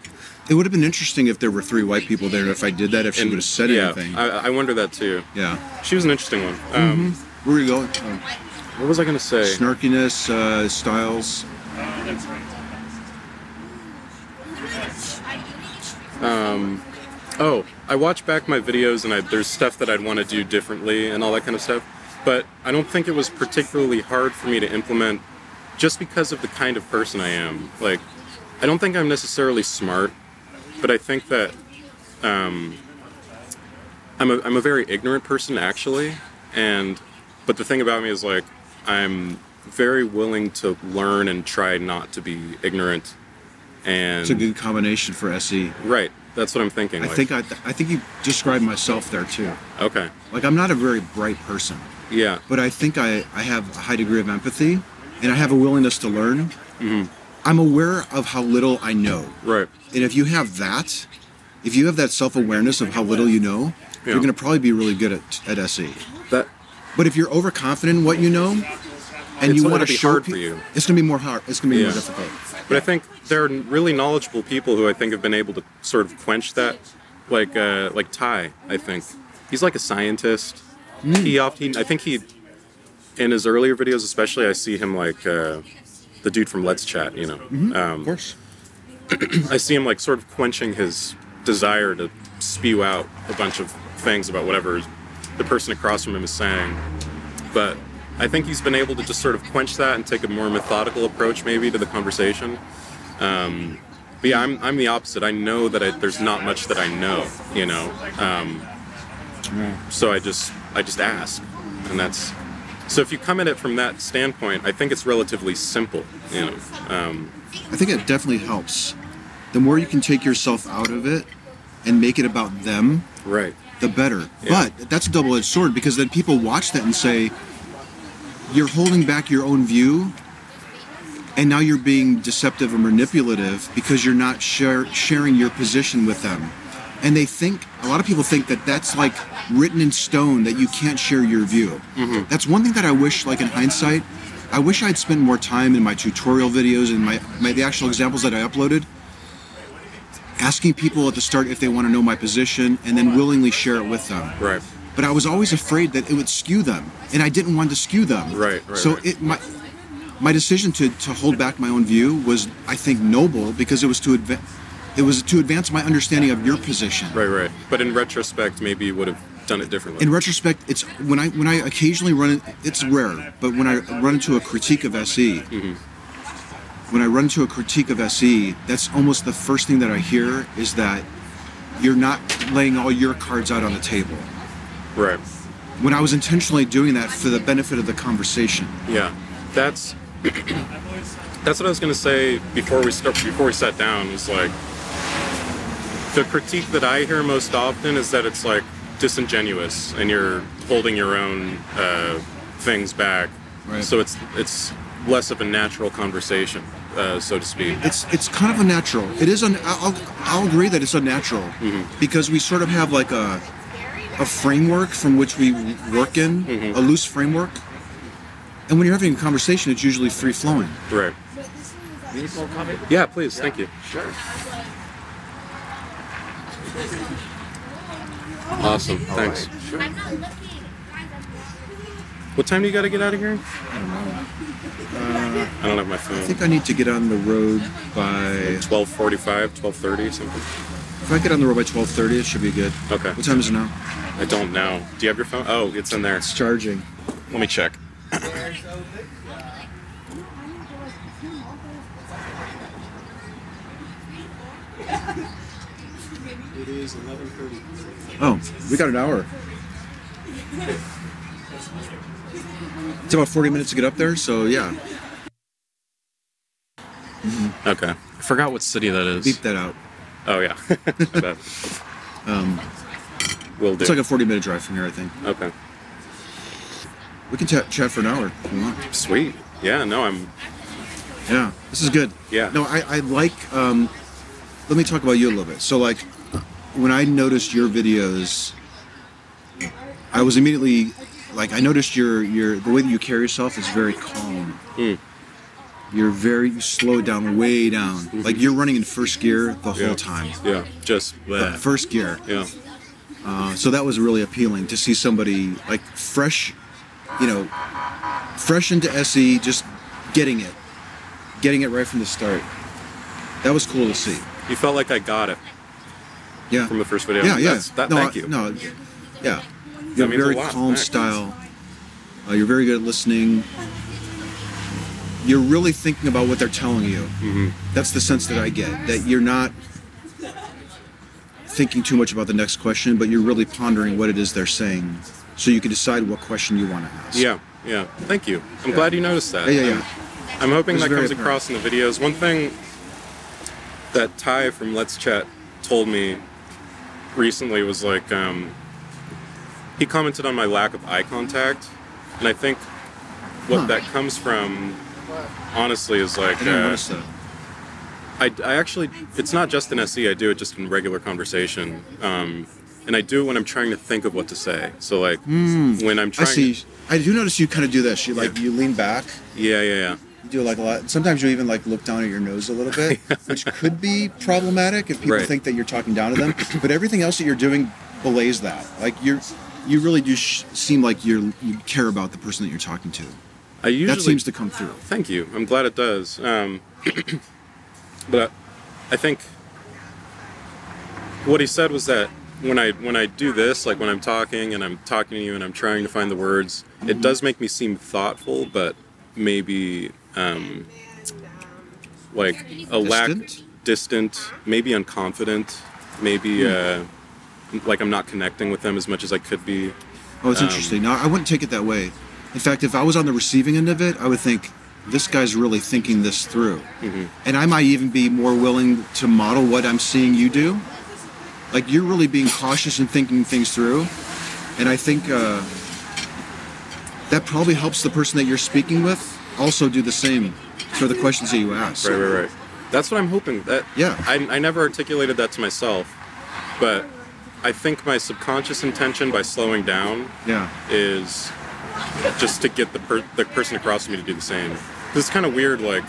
[SPEAKER 2] [laughs] it would have been interesting if there were three white people there. and If I did that, if she
[SPEAKER 3] And-
[SPEAKER 2] would have said
[SPEAKER 3] yeah,
[SPEAKER 2] anything.
[SPEAKER 3] I, I wonder that too.
[SPEAKER 2] yeah. Mm-hmm.
[SPEAKER 3] She was an interesting one. Um,
[SPEAKER 2] Where are you going? Oh,
[SPEAKER 3] What was I gonna say?
[SPEAKER 2] snarkiness, uh, styles.
[SPEAKER 3] Oh, I watch back my videos and I, there's stuff that I'd want to do differently and all that kind of stuff. But I don't think it was particularly hard for me to implement just because of the kind of person I am. Like, I don't think I'm necessarily smart, but I think that um, I'm, a, I'm a very ignorant person actually. And, but the thing about me is like, I'm very willing to learn and try not to be ignorant. And
[SPEAKER 2] It's a good combination for SE.
[SPEAKER 3] right, that's what I'm thinking.
[SPEAKER 2] I
[SPEAKER 3] like,
[SPEAKER 2] think I, I think you described myself there too.
[SPEAKER 3] okay,
[SPEAKER 2] Like I'm not a very bright person,
[SPEAKER 3] yeah.
[SPEAKER 2] but I think I, I have a high degree of empathy, and I have a willingness to learn.
[SPEAKER 3] Mm-hmm.
[SPEAKER 2] I'm aware of how little I know,
[SPEAKER 3] Right.
[SPEAKER 2] and if you have that, if you have that self awareness of how little you know,
[SPEAKER 3] Yeah.
[SPEAKER 2] you're going to probably be really good at E. at SE.
[SPEAKER 3] That
[SPEAKER 2] But if you're overconfident in what you know, and
[SPEAKER 3] It's
[SPEAKER 2] you
[SPEAKER 3] gonna
[SPEAKER 2] want to
[SPEAKER 3] be
[SPEAKER 2] show
[SPEAKER 3] hard
[SPEAKER 2] pe-
[SPEAKER 3] for you.
[SPEAKER 2] it's going to be more hard. It's going to be
[SPEAKER 3] Yeah.
[SPEAKER 2] more difficult.
[SPEAKER 3] but I think there are really knowledgeable people who I think have been able to sort of quench that like uh like Ty, I think. He's like a scientist. He often I think he in his earlier videos especially I see him like uh the dude from Let's Chat, you know. Um,
[SPEAKER 2] Of course.
[SPEAKER 3] I see him like sort of quenching his desire to spew out a bunch of things about whatever the person across from him is saying. But I think he's been able to just sort of quench that and take a more methodical approach maybe to the conversation. Um, but yeah, I'm, I'm the opposite. I know that I, there's not much that I know, you know. Um, so I just I just ask, and that's so. If you come at it from that standpoint, I think it's relatively simple, you know. Um,
[SPEAKER 2] I think it definitely helps. The more you can take yourself out of it and make it about them,
[SPEAKER 3] right.
[SPEAKER 2] the better.
[SPEAKER 3] Yeah.
[SPEAKER 2] But that's a double edged sword because then people watch that and say, you're holding back your own view, and now you're being deceptive or manipulative because you're not share, sharing your position with them. And they think, a lot of people think that that's like written in stone that you can't share your view. That's one thing that I wish, like in hindsight, I wish I'd spent more time in my tutorial videos and my, my the actual examples that I uploaded asking people at the start if they want to know my position and then willingly share it with them.
[SPEAKER 3] Right.
[SPEAKER 2] But I was always afraid that it would skew them, and I didn't want to skew them.
[SPEAKER 3] Right, right,
[SPEAKER 2] So
[SPEAKER 3] right.
[SPEAKER 2] it my my decision to, to hold back my own view was, I think, noble because it was to advance it was to advance my understanding of your position.
[SPEAKER 3] Right, right. But in retrospect, maybe you would have done it differently.
[SPEAKER 2] in retrospect, it's when I when I occasionally run. in- It's rare, but when I run into a critique of SE,
[SPEAKER 3] Mm-hmm.
[SPEAKER 2] when I run into a critique of SE, that's almost the first thing that I hear is that you're not laying all your cards out on the table.
[SPEAKER 3] right.
[SPEAKER 2] When I was intentionally doing that for the benefit of the conversation.
[SPEAKER 3] Yeah. That's [clears throat] that's what I was gonna say before we start before we sat down is like the critique that I hear most often is that it's like disingenuous and you're holding your own uh, things back.
[SPEAKER 2] Right.
[SPEAKER 3] So it's it's less of a natural conversation, uh, so to speak.
[SPEAKER 2] It's it's kind of unnatural. It is un. I'll, I'll agree that it's unnatural because we sort of have like a a framework from which we work in a loose framework. And when you're having a conversation, it's usually free flowing.
[SPEAKER 3] Right. Yeah, please. Thank you. Sure. Awesome. Thanks.
[SPEAKER 4] I'm not looking. Guys, I'm
[SPEAKER 3] What time do you got to get out of here? Uh, I don't know. I don't have my
[SPEAKER 2] I
[SPEAKER 3] phone.
[SPEAKER 2] think I need to get on the road by.
[SPEAKER 3] 12:45, 12:30, something.
[SPEAKER 2] If I get on the road by 12:30, it should be good.
[SPEAKER 3] Okay.
[SPEAKER 2] What time is it now?
[SPEAKER 3] I don't know. Do you have your phone? Oh, it's in there.
[SPEAKER 2] It's charging.
[SPEAKER 3] Let me check.
[SPEAKER 2] Oh, we got an hour. It's about 40 minutes to get up there, so yeah,
[SPEAKER 3] Okay. I forgot what city that
[SPEAKER 2] beep
[SPEAKER 3] is.
[SPEAKER 2] that out.
[SPEAKER 3] Oh yeah. [laughs] I bet. Will
[SPEAKER 2] Um,
[SPEAKER 3] do.
[SPEAKER 2] It's like a 40 minute drive from here, I think.
[SPEAKER 3] okay.
[SPEAKER 2] We can chat chat for an hour if you want.
[SPEAKER 3] Sweet. Yeah. No, I'm.
[SPEAKER 2] Yeah, this is good.
[SPEAKER 3] Yeah.
[SPEAKER 2] No, I, I like. Um, let me talk about you a little bit. So, like, when I noticed your videos, I was immediately like, I noticed your your the way that you carry yourself is very calm.
[SPEAKER 3] Hmm.
[SPEAKER 2] You're very you slow down, way down. Like you're running in first gear the whole
[SPEAKER 3] Mm-hmm. Yeah.
[SPEAKER 2] time.
[SPEAKER 3] Yeah. Just
[SPEAKER 2] Uh,
[SPEAKER 3] that.
[SPEAKER 2] First gear.
[SPEAKER 3] Yeah.
[SPEAKER 2] Uh, so that was really appealing to see somebody like fresh, you know, fresh into SE, just getting it, getting it right from the start. That was cool to see.
[SPEAKER 3] You felt like I got it.
[SPEAKER 2] Yeah.
[SPEAKER 3] from the first video.
[SPEAKER 2] yeah, yeah.
[SPEAKER 3] That's- that-
[SPEAKER 2] no,
[SPEAKER 3] thank
[SPEAKER 2] I-
[SPEAKER 3] you.
[SPEAKER 2] No, yeah.
[SPEAKER 3] That
[SPEAKER 2] You're
[SPEAKER 3] means a
[SPEAKER 2] very
[SPEAKER 3] lot.
[SPEAKER 2] calm
[SPEAKER 3] Thanks.
[SPEAKER 2] style. Uh, you're very good at listening. You're really thinking about what they're telling you.
[SPEAKER 3] Mm-hmm.
[SPEAKER 2] That's the sense that I get. That you're not thinking too much about the next question, but you're really pondering what it is they're saying, so you can decide what question you want to ask.
[SPEAKER 3] Yeah, yeah. Thank you. I'm glad you noticed that.
[SPEAKER 2] Yeah, yeah,
[SPEAKER 3] I'm-
[SPEAKER 2] yeah.
[SPEAKER 3] I'm
[SPEAKER 2] It
[SPEAKER 3] hoping
[SPEAKER 2] was
[SPEAKER 3] that
[SPEAKER 2] very
[SPEAKER 3] comes
[SPEAKER 2] apparent.
[SPEAKER 3] across in the videos. One thing that Ty from Let's Chat told me recently was like, um, he commented on my lack of eye contact, and I think what
[SPEAKER 2] Huh.
[SPEAKER 3] that comes from, honestly, is like.
[SPEAKER 2] I didn't
[SPEAKER 3] uh,
[SPEAKER 2] notice that.
[SPEAKER 3] I, I actually, it's not just in SE, I do it just in regular conversation. Um, and I do it when I'm trying to think of what to say. So, like, when I'm
[SPEAKER 2] Hmm. I
[SPEAKER 3] trying.
[SPEAKER 2] see. I do notice you kind of do this. You like
[SPEAKER 3] Yeah.
[SPEAKER 2] you lean back.
[SPEAKER 3] Yeah, yeah, yeah.
[SPEAKER 2] You do like a lot. Sometimes you even like look down at your nose a little
[SPEAKER 3] [laughs]
[SPEAKER 2] bit, which could be problematic if people
[SPEAKER 3] Right.
[SPEAKER 2] think that you're talking down to them. But everything else that you're doing belays that. Like you're, you really do sh- seem like you're you care about the person that you're talking to.
[SPEAKER 3] I usually.
[SPEAKER 2] that seems to come through.
[SPEAKER 3] Thank you. I'm glad it does. Um, [clears throat] but I, I think what he said was that when I when I do this, like when I'm talking and I'm talking to you and I'm trying to find the words, it does make me seem thoughtful, but maybe um, like a
[SPEAKER 2] Distant?
[SPEAKER 3] lack distant, maybe unconfident, maybe uh, like I'm not connecting with them as much as I could be.
[SPEAKER 2] Oh, it's interesting.
[SPEAKER 3] Um,
[SPEAKER 2] Now I wouldn't take it that way. In fact, if I was on the receiving end of it, I would think this guy's really thinking this through,
[SPEAKER 3] Mm-hmm.
[SPEAKER 2] and I might even be more willing to model what I'm seeing you do. Like you're really being cautious and thinking things through, and I think uh, that probably helps the person that you're speaking with also do the same for the questions that you ask.
[SPEAKER 3] Right, right, right. That's what I'm hoping. That
[SPEAKER 2] Yeah.
[SPEAKER 3] I, I never articulated that to myself, but I think my subconscious intention by slowing down
[SPEAKER 2] Yeah,
[SPEAKER 3] is just to get the per- the person across to me to do the same. 'Cause It's kind of weird. Like,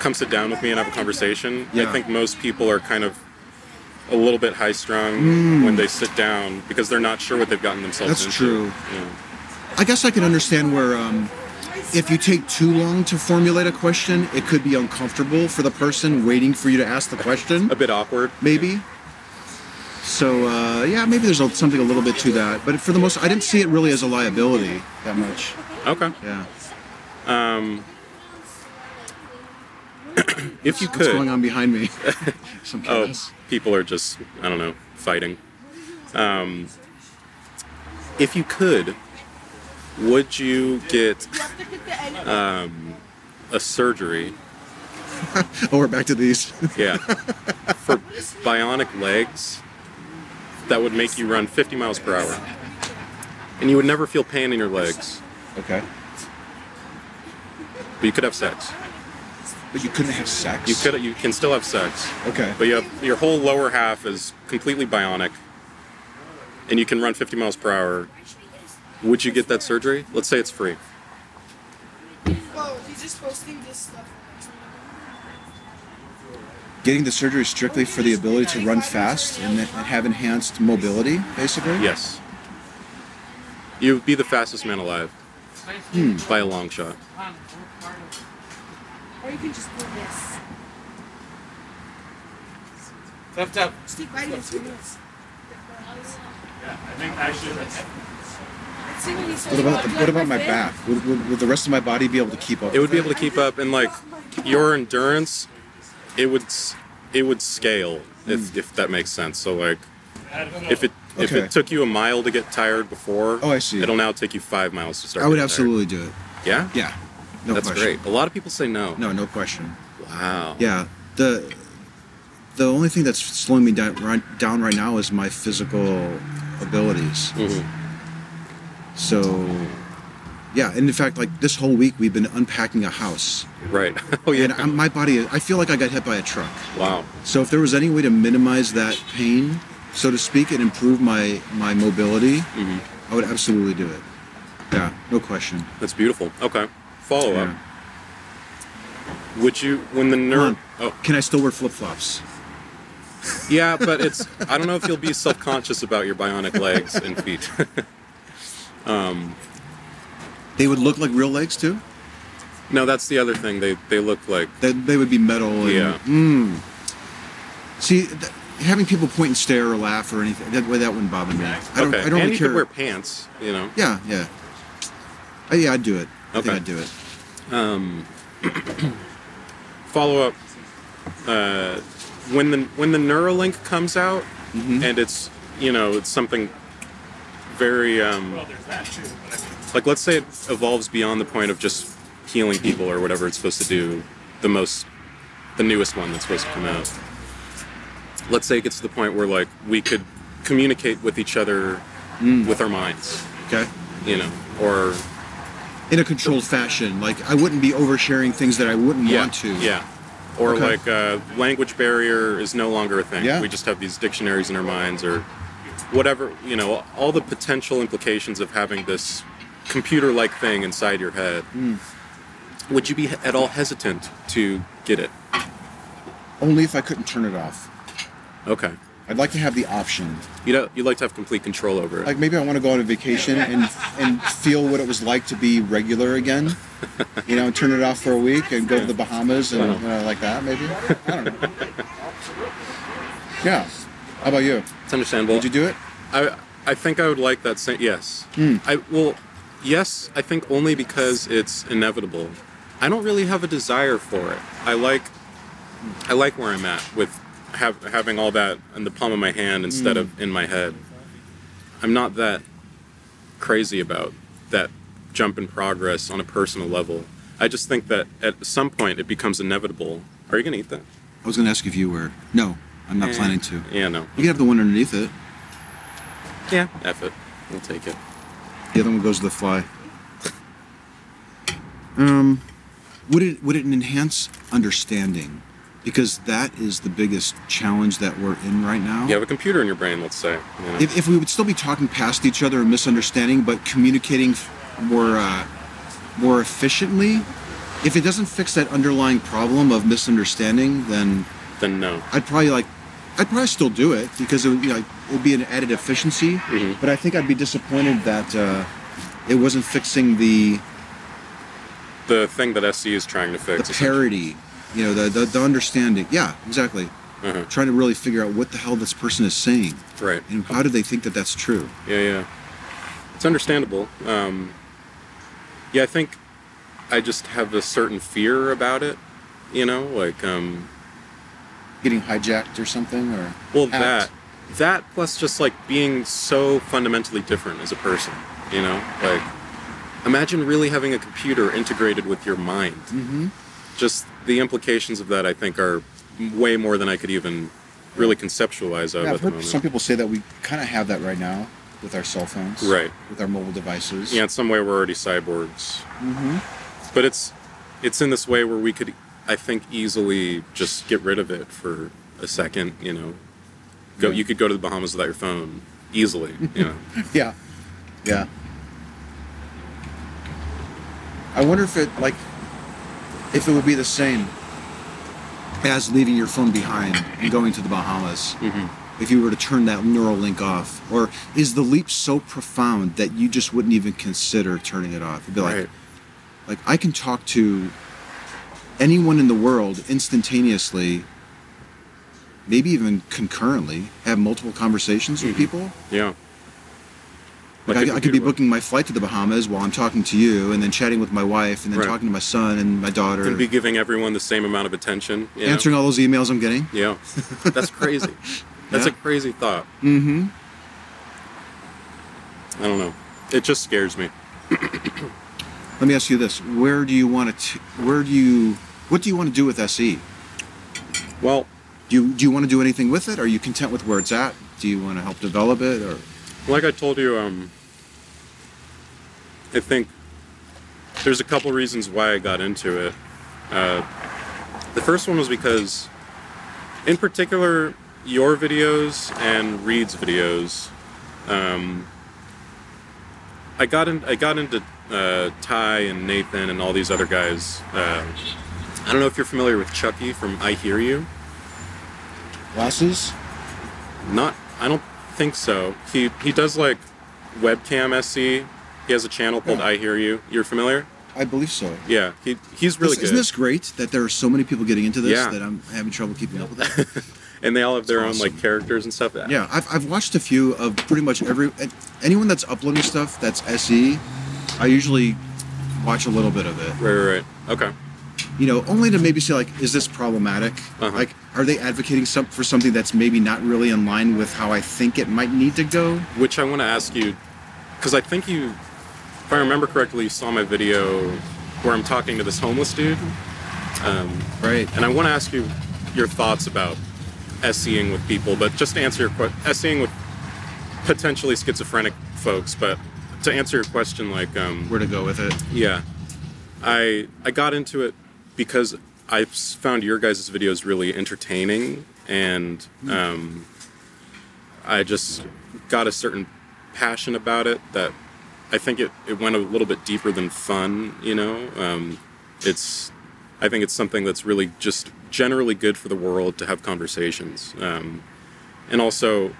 [SPEAKER 3] come sit down with me and have a conversation. I
[SPEAKER 2] Yeah.
[SPEAKER 3] think most people are kind of a little bit high strung when they sit down because they're not sure what they've gotten themselves
[SPEAKER 2] Mm. That's
[SPEAKER 3] into.
[SPEAKER 2] true.
[SPEAKER 3] Yeah.
[SPEAKER 2] I guess I can understand where. Um, if you take too long to formulate a question, it could be uncomfortable for the person waiting for you to ask the question.
[SPEAKER 3] A bit awkward.
[SPEAKER 2] maybe. So uh, yeah, maybe there's a, something a little bit to that, but for the most, I didn't see it really as a liability that much.
[SPEAKER 3] Okay.
[SPEAKER 2] Yeah,
[SPEAKER 3] If you could.
[SPEAKER 2] what's going on behind
[SPEAKER 3] [laughs]
[SPEAKER 2] me? Some
[SPEAKER 3] Oh,
[SPEAKER 2] chaos.
[SPEAKER 3] people are just, I don't know, fighting. Um, if you could, would you get
[SPEAKER 4] [laughs]
[SPEAKER 3] a surgery?
[SPEAKER 2] Oh. we're back to these. [laughs]
[SPEAKER 3] Yeah. for bionic legs that would make you run 50 miles per hour. And you would never feel pain in your legs,
[SPEAKER 2] okay,
[SPEAKER 3] but you could have sex.
[SPEAKER 2] but you couldn't have sex.
[SPEAKER 3] You could, you can still have sex,
[SPEAKER 2] Okay.
[SPEAKER 3] but you have, your whole lower half is completely bionic, and you can run 50 miles per hour. Would you get that surgery? Let's say it's free.
[SPEAKER 5] Whoa, he's just posting this stuff.
[SPEAKER 2] Getting the surgery strictly for the ability to run fast and, then- and have enhanced mobility, basically.
[SPEAKER 3] Yes. You would be the fastest man alive by a long shot.
[SPEAKER 5] Or you can just do this.
[SPEAKER 6] Left up.
[SPEAKER 5] Stick right in his nose.
[SPEAKER 6] I think actually that's.
[SPEAKER 5] Let's see what he says.
[SPEAKER 2] What about the,
[SPEAKER 5] Do you
[SPEAKER 2] what
[SPEAKER 5] like
[SPEAKER 2] about my
[SPEAKER 5] fin?
[SPEAKER 2] back? Would, would, would the rest of my body be able to keep up?
[SPEAKER 3] It would be able to keep up, and like your endurance, it would s- it would scale if, if that makes sense. So like, if it if
[SPEAKER 2] Hmm. Okay.
[SPEAKER 3] it took you a mile to get tired before,
[SPEAKER 2] Oh, I see.
[SPEAKER 3] It'll now take you five miles to start.
[SPEAKER 2] I would
[SPEAKER 3] getting tired.
[SPEAKER 2] absolutely do it.
[SPEAKER 3] Yeah.
[SPEAKER 2] Yeah, no
[SPEAKER 3] That's
[SPEAKER 2] question.
[SPEAKER 3] great. A lot of people say no.
[SPEAKER 2] No, no question.
[SPEAKER 3] Wow.
[SPEAKER 2] Yeah, the the only thing that's slowing me down right, down right now is my physical abilities.
[SPEAKER 3] Mhm.
[SPEAKER 2] So, yeah, and in fact, like this whole week we've been unpacking a house,
[SPEAKER 3] Right. [laughs] Oh yeah.
[SPEAKER 2] and i my body, I feel like I got hit by a truck.
[SPEAKER 3] wow.
[SPEAKER 2] So if there was any way to minimize that pain, so to speak, and improve my my mobility,
[SPEAKER 3] Mm-hmm.
[SPEAKER 2] I would absolutely do it. Yeah, no question.
[SPEAKER 3] That's beautiful. Okay. Follow up.
[SPEAKER 2] Yeah.
[SPEAKER 3] Would you when the nerve?
[SPEAKER 2] Hold on.
[SPEAKER 3] Oh.
[SPEAKER 2] Um, Can I still wear flip flops?
[SPEAKER 3] Yeah, but it's I don't know if you'll be self-conscious about your bionic legs and feet. [laughs]
[SPEAKER 2] They would look like real legs too.
[SPEAKER 3] no, that's the other thing. They they look like
[SPEAKER 2] They, they would be metal. And, Mm,
[SPEAKER 3] yeah.
[SPEAKER 2] See, th- having people point and stare or laugh or anything that way that wouldn't bother me. I don't.
[SPEAKER 3] okay.
[SPEAKER 2] I don't
[SPEAKER 3] and
[SPEAKER 2] really
[SPEAKER 3] you
[SPEAKER 2] care.
[SPEAKER 3] could wear pants, you know.
[SPEAKER 2] yeah, yeah. Uh, yeah, I'd do it. I
[SPEAKER 3] Okay.
[SPEAKER 2] think I'd do it.
[SPEAKER 3] Follow up uh, when the when the Neuralink comes out and it's you know, it's something very um like let's say it evolves beyond the point of just healing people or whatever it's supposed to do, the most the newest one that's supposed to come out. Let's say it gets to the point where like we could communicate with each other with our minds,
[SPEAKER 2] Okay.
[SPEAKER 3] you know, or
[SPEAKER 2] In a controlled fashion, like I wouldn't be oversharing things that I wouldn't
[SPEAKER 3] yeah,
[SPEAKER 2] want to.
[SPEAKER 3] yeah, or
[SPEAKER 2] Okay.
[SPEAKER 3] like uh, language barrier is no longer a thing.
[SPEAKER 2] Yeah.
[SPEAKER 3] We just have these dictionaries in our minds, or whatever you know, all the potential implications of having this computer-like thing inside your head.
[SPEAKER 2] Hmm.
[SPEAKER 3] Would you be he- at all hesitant to get it?
[SPEAKER 2] Only if I couldn't turn it off.
[SPEAKER 3] Okay,
[SPEAKER 2] I'd like to have the option.
[SPEAKER 3] you know, you like to have complete control over it.
[SPEAKER 2] Like maybe I want to go on a vacation and and feel what it was like to be regular again. You know, and turn it off for a week and go to the Bahamas and you know, like that. Maybe I don't know. Yeah. How about you?
[SPEAKER 3] it's understandable.
[SPEAKER 2] Would you do it?
[SPEAKER 3] I I think I would like that. Sen- yes.
[SPEAKER 2] Hmm.
[SPEAKER 3] I well, yes. I think only because it's inevitable. I don't really have a desire for it. I like I like where I'm at with have, having all that in the palm of my hand instead of
[SPEAKER 2] Hmm.
[SPEAKER 3] in my head. I'm not that crazy about that jump in progress on a personal level. I just think that at some point it becomes inevitable. Are you gonna eat that?
[SPEAKER 2] I was going to ask if you were. No, I'm not planning to. You
[SPEAKER 3] Yeah, no.
[SPEAKER 2] can have the one underneath it.
[SPEAKER 3] Yeah, F it. We'll take it.
[SPEAKER 2] The other one goes to the fly. Um, would it would it enhance understanding? Because that is the biggest challenge that we're in right now.
[SPEAKER 3] You have a computer in your brain, let's say. you know?
[SPEAKER 2] If, if we would still be talking past each other and misunderstanding, but communicating f- more uh, more efficiently, if it doesn't fix that underlying problem of misunderstanding, then
[SPEAKER 3] then no.
[SPEAKER 2] I'd probably like, I'd probably still do it because it would, you know, it would be an added efficiency. But I think I'd be disappointed that uh, it wasn't fixing the
[SPEAKER 3] the thing that SC is trying to
[SPEAKER 2] the
[SPEAKER 3] fix. essentially.
[SPEAKER 2] parity, you know, the, the the understanding. Yeah, exactly.
[SPEAKER 3] Uh-huh.
[SPEAKER 2] trying to really figure out what the hell this person is saying
[SPEAKER 3] Right.
[SPEAKER 2] and how do they think that that's true.
[SPEAKER 3] Yeah, yeah. It's understandable. Um, yeah, I think I just have a certain fear about it. You know, like um,
[SPEAKER 2] Getting hijacked or something, or
[SPEAKER 3] well
[SPEAKER 2] hacked.
[SPEAKER 3] that that plus just like being so fundamentally different as a person. You know, like imagine really having a computer integrated with your mind.
[SPEAKER 2] Mhm.
[SPEAKER 3] Just the implications of that, I think, are way more than I could even really conceptualize of
[SPEAKER 2] Yeah,
[SPEAKER 3] at
[SPEAKER 2] I've
[SPEAKER 3] the
[SPEAKER 2] heard
[SPEAKER 3] moment.
[SPEAKER 2] some people say that we kind of have that right now with our cell phones,
[SPEAKER 3] Right.
[SPEAKER 2] With our mobile devices.
[SPEAKER 3] yeah, in some way, we're already cyborgs.
[SPEAKER 2] Mm-hmm.
[SPEAKER 3] but it's it's in this way where we could i think easily just get rid of it for a second you know go
[SPEAKER 2] Yeah.
[SPEAKER 3] you could go to the bahamas without your phone
[SPEAKER 2] [laughs]
[SPEAKER 3] easily you know
[SPEAKER 2] [laughs] Yeah. Yeah. I wonder if it like if it would be the same as leaving your phone behind and going to the Bahamas.
[SPEAKER 3] Mm-hmm.
[SPEAKER 2] If you were to turn that neural link off, or is the leap so profound that you just wouldn't even consider turning it off? It'd be like,
[SPEAKER 3] right
[SPEAKER 2] like I can talk to anyone in the world instantaneously, maybe even concurrently, have multiple conversations with people.
[SPEAKER 3] yeah
[SPEAKER 2] Like
[SPEAKER 3] Mm-hmm. Like a
[SPEAKER 2] I, I could be
[SPEAKER 3] computer would.
[SPEAKER 2] booking my flight to the Bahamas while I'm talking to you, and then chatting with my wife, and then
[SPEAKER 3] Right.
[SPEAKER 2] talking to my son and my daughter,
[SPEAKER 3] and be giving everyone the same amount of attention you know?
[SPEAKER 2] answering all those emails I'm getting.
[SPEAKER 3] yeah
[SPEAKER 2] [laughs]
[SPEAKER 3] that's crazy that's a crazy thought
[SPEAKER 2] Mm-hmm.
[SPEAKER 3] i don't know it just scares me
[SPEAKER 2] Let me ask you this: Where do you want to? Where do you? What do you want to do with SE?
[SPEAKER 3] well
[SPEAKER 2] Do you do you want to do anything with it? Are you content with where it's at? Do you want to help develop it, or
[SPEAKER 3] like I told you, um, I think there's a couple reasons why I got into it. Uh, the first one was because, in particular, your videos and Reed's videos, um, I got in, I got into uh, Ty and Nathan and all these other guys. Uh, I don't know if you're familiar with Chucky from I Hear You.
[SPEAKER 2] glasses?
[SPEAKER 3] Not, I don't think so. He he does like webcam SC. He has a channel called
[SPEAKER 2] Yeah.
[SPEAKER 3] I Hear You. You're familiar?
[SPEAKER 2] I believe so.
[SPEAKER 3] Yeah. He he's really
[SPEAKER 2] This-
[SPEAKER 3] good.
[SPEAKER 2] Isn't this great that there are so many people getting into this
[SPEAKER 3] Yeah.
[SPEAKER 2] that I'm having trouble keeping up with
[SPEAKER 3] [laughs]
[SPEAKER 2] that?
[SPEAKER 3] and they all have their own
[SPEAKER 2] awesome.
[SPEAKER 3] like characters and stuff.
[SPEAKER 2] Yeah, I've, I've watched a few of pretty much every and anyone that's uploading stuff that's SE. I usually watch a little bit of it.
[SPEAKER 3] Right, right, right. Okay.
[SPEAKER 2] You know, only to maybe say like, is this problematic?
[SPEAKER 3] Uh-huh.
[SPEAKER 2] Like, are they advocating some for something that's maybe not really in line with how I think it might need to go?
[SPEAKER 3] Which I want to ask you, because I think you, if I remember correctly, you saw my video where I'm talking to this homeless dude. Um,
[SPEAKER 2] Right.
[SPEAKER 3] and I want to ask you your thoughts about SEing with people, but just to answer your question, SEing with potentially schizophrenic folks, but to answer your question, like, um,
[SPEAKER 2] Where to go with it?
[SPEAKER 3] yeah, I I got into it because I s- found your guys' videos really entertaining, and um, I just got a certain passion about it that I think it, it went a little bit deeper than fun, you know. Um, it's I think it's something that's really just generally good for the world to have conversations, um, and also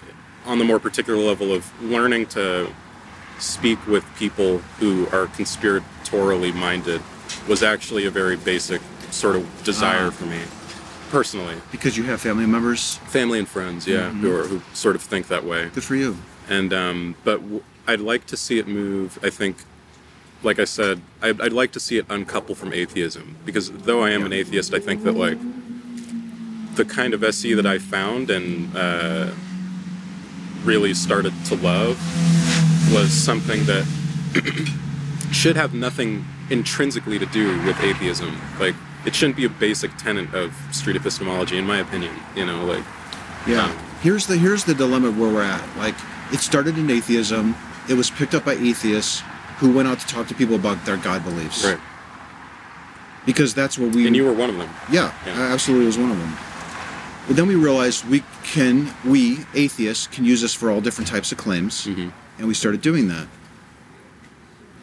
[SPEAKER 3] on the more particular level of learning to speak with people who are conspiratorially minded was actually a very basic sort of desire
[SPEAKER 2] Ah.
[SPEAKER 3] for me personally
[SPEAKER 2] Because you have family members.
[SPEAKER 3] family and friends yeah who, are, who sort of think that way
[SPEAKER 2] Good for you.
[SPEAKER 3] and um, but w- I'd like to see it move. I think, like I said, I'd, I'd like to see it uncouple from atheism because though I am an atheist, I think that like the kind of SE that I found and uh, really started to love was something that [clears throat] should have nothing intrinsically to do with atheism. Like it shouldn't be a basic tenet of street epistemology, in my opinion. You know, like
[SPEAKER 2] Yeah.
[SPEAKER 3] Um,
[SPEAKER 2] Here's the here's the dilemma where we're at. Like it started in atheism. It was picked up by atheists who went out to talk to people about their god beliefs. Because that's what we
[SPEAKER 3] And you were one of them.
[SPEAKER 2] Yeah,
[SPEAKER 3] Yeah.
[SPEAKER 2] I absolutely was one of them. But then we realized we can, we atheists, can use this for all different types of claims,
[SPEAKER 3] Mm-hmm.
[SPEAKER 2] and we started doing that.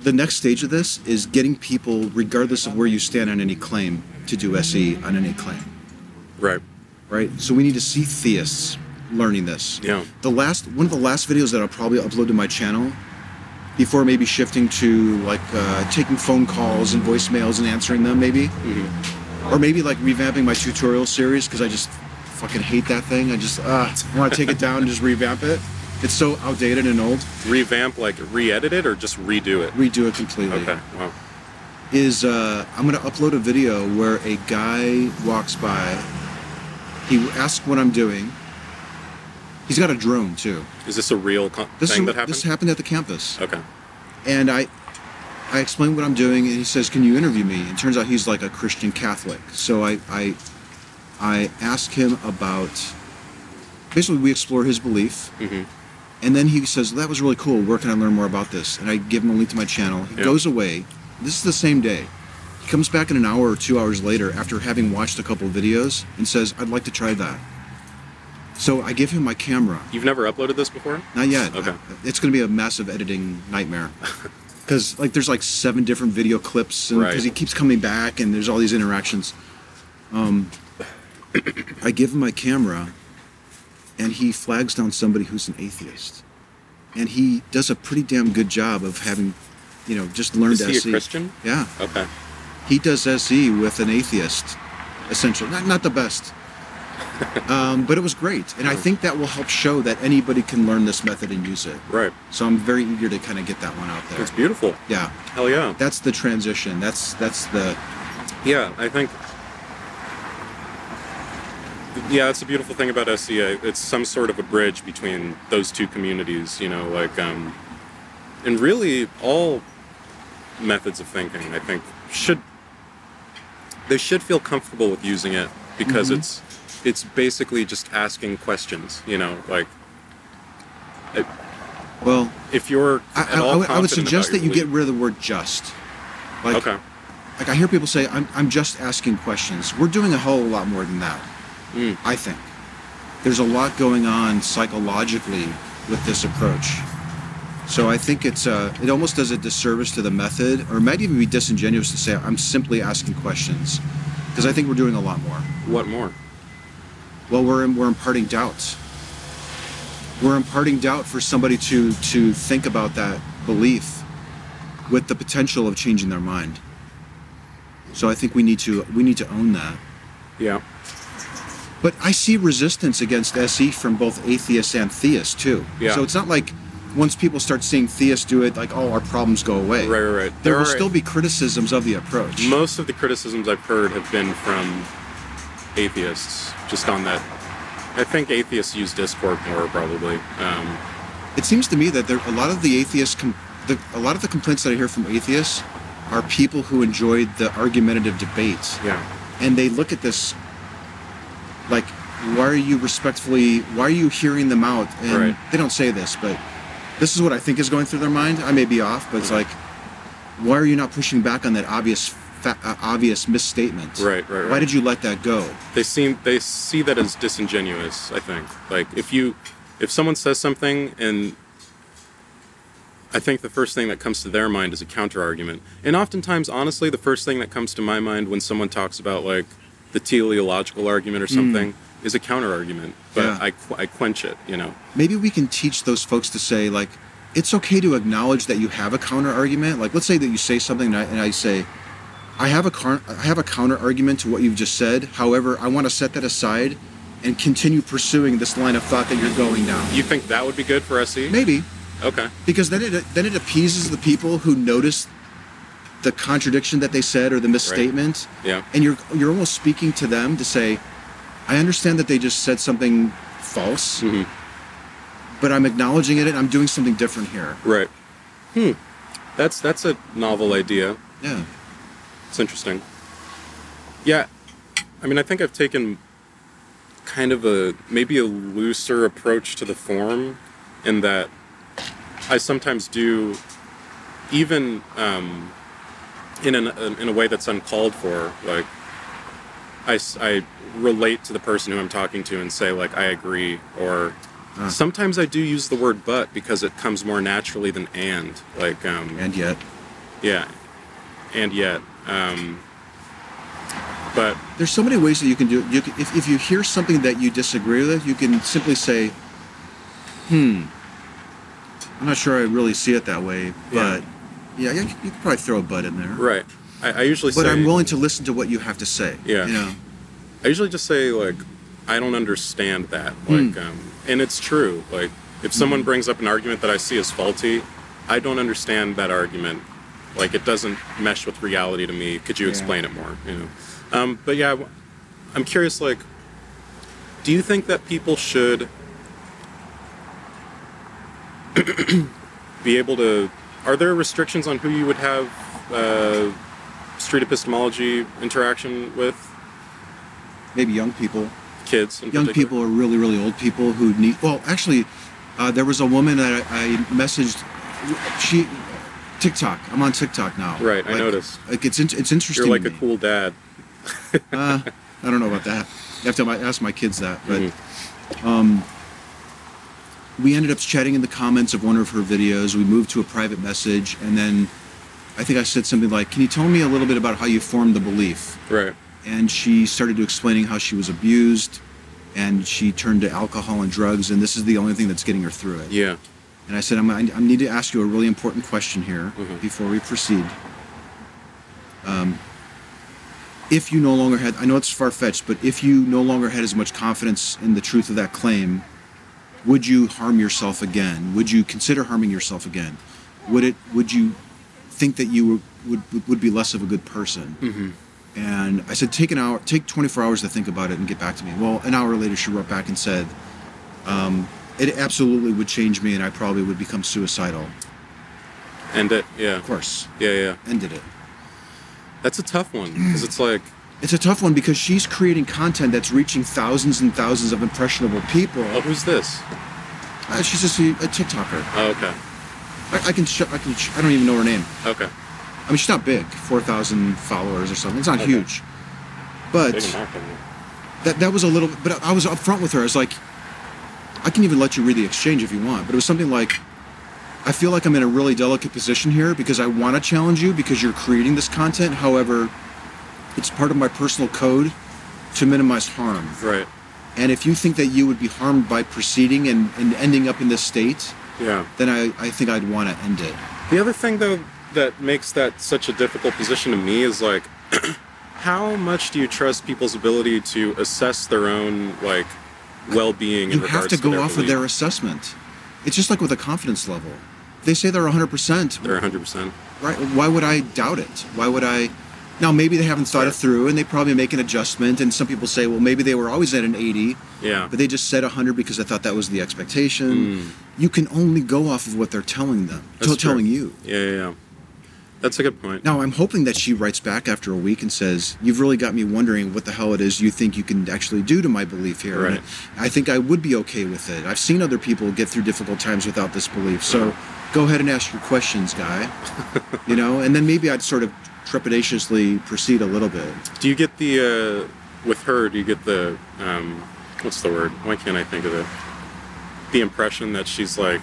[SPEAKER 2] The next stage of this is getting people, regardless of where you stand on any claim, to do SE on any claim,
[SPEAKER 3] Right.
[SPEAKER 2] right? So we need to see theists learning this.
[SPEAKER 3] Yeah.
[SPEAKER 2] The last, one of the last videos that I'll probably upload to my channel, before maybe shifting to like uh, taking phone calls and voicemails and answering them, maybe
[SPEAKER 3] Mhm.
[SPEAKER 2] or maybe like revamping my tutorial series because I just fucking hate that thing. I just uh, I want to take it down and just revamp it. It's so outdated and old.
[SPEAKER 3] Revamp, like re-edit it, or just redo it.
[SPEAKER 2] Redo it completely.
[SPEAKER 3] Okay. Wow.
[SPEAKER 2] Is uh, I'm gonna upload a video where a guy walks by. He asks what I'm doing. He's got a drone too.
[SPEAKER 3] Is this a real con-
[SPEAKER 2] This
[SPEAKER 3] thing
[SPEAKER 2] is,
[SPEAKER 3] that happened?
[SPEAKER 2] this happened at the campus.
[SPEAKER 3] okay.
[SPEAKER 2] and I I explained what I'm doing, and he says, "Can you interview me?" And it turns out he's like a Christian Catholic. So I I I ask him about basically we explore his belief, and then he says, "That was really cool. Where can I learn more about this?" And I give him a link to my channel. He
[SPEAKER 3] Yeah.
[SPEAKER 2] goes away. This is the same day. He comes back in an hour or two hours later after having watched a couple videos and says, "I'd like to try that." So I give him my camera.
[SPEAKER 3] You've never uploaded this before?
[SPEAKER 2] Not yet.
[SPEAKER 3] Okay.
[SPEAKER 2] It's going to be a massive editing
[SPEAKER 3] [laughs]
[SPEAKER 2] nightmare. Because like there's like seven different video clips, and because
[SPEAKER 3] Right.
[SPEAKER 2] he keeps coming back, and there's all these interactions. Um, [coughs] I give him my camera, and he flags down somebody who's an atheist, and he does a pretty damn good job of having, you know, just learned
[SPEAKER 3] Is he a
[SPEAKER 2] SE.
[SPEAKER 3] Christian?
[SPEAKER 2] Yeah,
[SPEAKER 3] Okay.
[SPEAKER 2] he does SE with an atheist, essentially. Not not the
[SPEAKER 3] [laughs]
[SPEAKER 2] best, um, but it was great, and I think that will help show that anybody can learn this method and use it.
[SPEAKER 3] Right.
[SPEAKER 2] So I'm very eager to kind of get that one out there.
[SPEAKER 3] It's beautiful.
[SPEAKER 2] Yeah,
[SPEAKER 3] Hell yeah.
[SPEAKER 2] that's the transition. That's that's the
[SPEAKER 3] Yeah, I think. Yeah, that's the beautiful thing about SCA. It's some sort of a bridge between those two communities, you know, like, um, and really all methods of thinking, I think, should, they should feel comfortable with using it because
[SPEAKER 2] Mm-hmm.
[SPEAKER 3] it's, it's basically just asking questions, you know, like,
[SPEAKER 2] well.
[SPEAKER 3] if you're
[SPEAKER 2] I,
[SPEAKER 3] at
[SPEAKER 2] I,
[SPEAKER 3] all
[SPEAKER 2] I would- I would
[SPEAKER 3] confident
[SPEAKER 2] suggest
[SPEAKER 3] about
[SPEAKER 2] that
[SPEAKER 3] your
[SPEAKER 2] you get
[SPEAKER 3] belief-
[SPEAKER 2] rid of the word just. Like,
[SPEAKER 3] okay.
[SPEAKER 2] like I hear people say, I'm, I'm just asking questions. We're doing a whole lot more than that, I think. There's a lot going on psychologically with this approach. So I think it's uh, it almost does a disservice to the method, or it might even be disingenuous to say I'm simply asking questions, because I think we're doing a lot more.
[SPEAKER 3] What more?
[SPEAKER 2] Well, we're we're imparting doubt. We're imparting doubt for somebody to to think about that belief, with the potential of changing their mind. So I think we need to we need to own that.
[SPEAKER 3] Yeah.
[SPEAKER 2] But I see resistance against SE from both atheists and theists too.
[SPEAKER 3] Yeah.
[SPEAKER 2] So it's not like once people start seeing theists do it, like all our problems go away.
[SPEAKER 3] Right, right, right.
[SPEAKER 2] There,
[SPEAKER 3] There
[SPEAKER 2] will
[SPEAKER 3] are-
[SPEAKER 2] still be criticisms of the approach.
[SPEAKER 3] most of the criticisms I've heard have been from atheists, just on that. I think atheists use Discord more probably. Um,
[SPEAKER 2] it seems to me that there a lot of the atheists com- the, a lot of the complaints that I hear from atheists are people who enjoyed the argumentative debates
[SPEAKER 3] yeah,
[SPEAKER 2] and they look at this like why are you respectfully why are you hearing them out and
[SPEAKER 3] Right.
[SPEAKER 2] they don't say this but this is what I think is going through their mind I may be off but it's like why are you not pushing back on that obvious fa- uh, obvious misstatement
[SPEAKER 3] Right, right,
[SPEAKER 2] why
[SPEAKER 3] right.
[SPEAKER 2] did you let that go
[SPEAKER 3] they seem they see that as disingenuous. I think like if you if someone says something and I think the first thing that comes to their mind is a counter argument, and oftentimes, honestly, the first thing that comes to my mind when someone talks about like the teleological argument or something is a counter argument. But
[SPEAKER 2] Hmm. Yeah.
[SPEAKER 3] I, qu- I quench it, you know.
[SPEAKER 2] maybe we can teach those folks to say like it's okay to acknowledge that you have a counter argument like let's say that you say something and I, and I say I have a car- I have a counter argument to what you've just said however I want to set that aside and continue pursuing this line of thought that you're going down
[SPEAKER 3] You think that would be good for E? SE?
[SPEAKER 2] maybe
[SPEAKER 3] Okay.
[SPEAKER 2] because then it then it appeases the people who noticed the contradiction that they said or the misstatement
[SPEAKER 3] Yeah.
[SPEAKER 2] and you're you're almost speaking to them to say, I understand that they just said something false,
[SPEAKER 3] Mm-hmm.
[SPEAKER 2] but I'm acknowledging it. and I'm doing something different here.
[SPEAKER 3] Right. Hmm. That's that's a novel idea.
[SPEAKER 2] Yeah,
[SPEAKER 3] It's interesting. Yeah. I mean, I think I've taken kind of a maybe a looser approach to the form, in that I sometimes do, even um, in an um, in a way that's uncalled for. Like, I s- I relate to the person who I'm talking to and say like I agree or. Sometimes I do use the word "but" because it comes more naturally than "and." Like, um,
[SPEAKER 2] and yet,
[SPEAKER 3] yeah, and yet, um, but
[SPEAKER 2] there's so many ways that you can do. You can, if if you hear something that you disagree with, you can simply say, "Hmm, I'm not sure I really see it that way,"
[SPEAKER 3] Yeah.
[SPEAKER 2] but yeah, you, you could probably throw a but in there.
[SPEAKER 3] right, I, I usually
[SPEAKER 2] But
[SPEAKER 3] say,
[SPEAKER 2] I'm willing to listen to what you have to say.
[SPEAKER 3] Yeah.
[SPEAKER 2] You know.
[SPEAKER 3] I usually just say like, I don't understand that. Like, um, and it's true. Like, if someone brings up an argument that I see as faulty, I don't understand that argument. Like, it doesn't mesh with reality to me. Could you explain it more? You know. Um, but yeah, w- I'm curious. Like, do you think that people should [clears throat] be able to? Are there restrictions on who you would have uh, street epistemology interaction with?
[SPEAKER 2] Maybe young people.
[SPEAKER 3] Kids, in
[SPEAKER 2] young
[SPEAKER 3] particular?
[SPEAKER 2] people or really really old people who need well actually uh, there was a woman that I, I messaged she tiktok i'm on tiktok now
[SPEAKER 3] Right, I noticed.
[SPEAKER 2] like it's in, it's interesting
[SPEAKER 3] You're like
[SPEAKER 2] to
[SPEAKER 3] a
[SPEAKER 2] me.
[SPEAKER 3] cool dad.
[SPEAKER 2] uh, i don't know about that i have to my- ask my kids that but
[SPEAKER 3] Mhm.
[SPEAKER 2] um, we ended up chatting in the comments of one of her videos we moved to a private message and then i think i said something like can you tell me a little bit about how you formed the belief
[SPEAKER 3] Right.
[SPEAKER 2] and she started to explaining how she was abused and she turned to alcohol and drugs and this is the only thing that's getting her through it
[SPEAKER 3] Yeah.
[SPEAKER 2] and i said I'm, i I need to ask you a really important question here
[SPEAKER 3] Mhm.
[SPEAKER 2] before we proceed um, if you no longer had i know it's far-fetched but if you no longer had as much confidence in the truth of that claim would you harm yourself again would you consider harming yourself again would it would you think that you were, would would be less of a good person
[SPEAKER 3] Mhm.
[SPEAKER 2] and I said, take an hour, take 24 hours to think about it and get back to me. Well, an hour later, she wrote back and said, um, it absolutely would change me and I probably would become suicidal.
[SPEAKER 3] And it. Yeah.
[SPEAKER 2] Of course,
[SPEAKER 3] Yeah. Yeah.
[SPEAKER 2] ended it.
[SPEAKER 3] That's a tough one because it's like
[SPEAKER 2] It's a tough one because she's creating content that's reaching thousands and thousands of impressionable people.
[SPEAKER 3] Oh, who's this?
[SPEAKER 2] Uh, she's just a, a TikToker.
[SPEAKER 3] Oh, okay.
[SPEAKER 2] I, I can, sh- I can, sh- I don't even know her name.
[SPEAKER 3] Okay.
[SPEAKER 2] I mean, she's not big, 4,000 followers or something. It's not
[SPEAKER 3] Okay.
[SPEAKER 2] huge. But.
[SPEAKER 3] Big Mac, I mean.
[SPEAKER 2] that that was a little but I was upfront with her. I was like, I can even let you read the exchange if you want. But it was something like, I feel like I'm in a really delicate position here because I want to challenge you because you're creating this content. However, it's part of my personal code to minimize harm.
[SPEAKER 3] Right.
[SPEAKER 2] And if you think that you would be harmed by proceeding and, and ending up in this state,
[SPEAKER 3] Yeah.
[SPEAKER 2] then I, I think I'd want to end it.
[SPEAKER 3] The other thing though that makes that such a difficult position to me is like [clears throat] how much do you trust people's ability to assess their own like well-being in
[SPEAKER 2] you have
[SPEAKER 3] regards
[SPEAKER 2] to go
[SPEAKER 3] their
[SPEAKER 2] off of
[SPEAKER 3] belief?
[SPEAKER 2] their assessment. It's just like with a confidence level. They say they're 100%.
[SPEAKER 3] they're 100%.
[SPEAKER 2] right why would i doubt it why would i now maybe they haven't thought it through and they probably make an adjustment and some people say well maybe they were always at an 80
[SPEAKER 3] Yeah. Hmm.
[SPEAKER 2] but they just said 100 because i thought that was the expectation you can only go off of what they're telling them
[SPEAKER 3] That's
[SPEAKER 2] t- telling
[SPEAKER 3] true.
[SPEAKER 2] you
[SPEAKER 3] Yeah, yeah, yeah. That's a good point.
[SPEAKER 2] now i'm hoping that she writes back after a week and says you've really got me wondering what the hell it is you think you can actually do to my belief here And
[SPEAKER 3] Right.
[SPEAKER 2] i think i would be okay with it i've seen other people get through difficult times without this belief so go ahead and ask your questions
[SPEAKER 3] [laughs]
[SPEAKER 2] guy you know and then maybe i'd sort of trepidatiously proceed a little bit
[SPEAKER 3] Do you get the uh, with her? Do you get the um, what's the word? Why can't I think of it? The impression that she's like,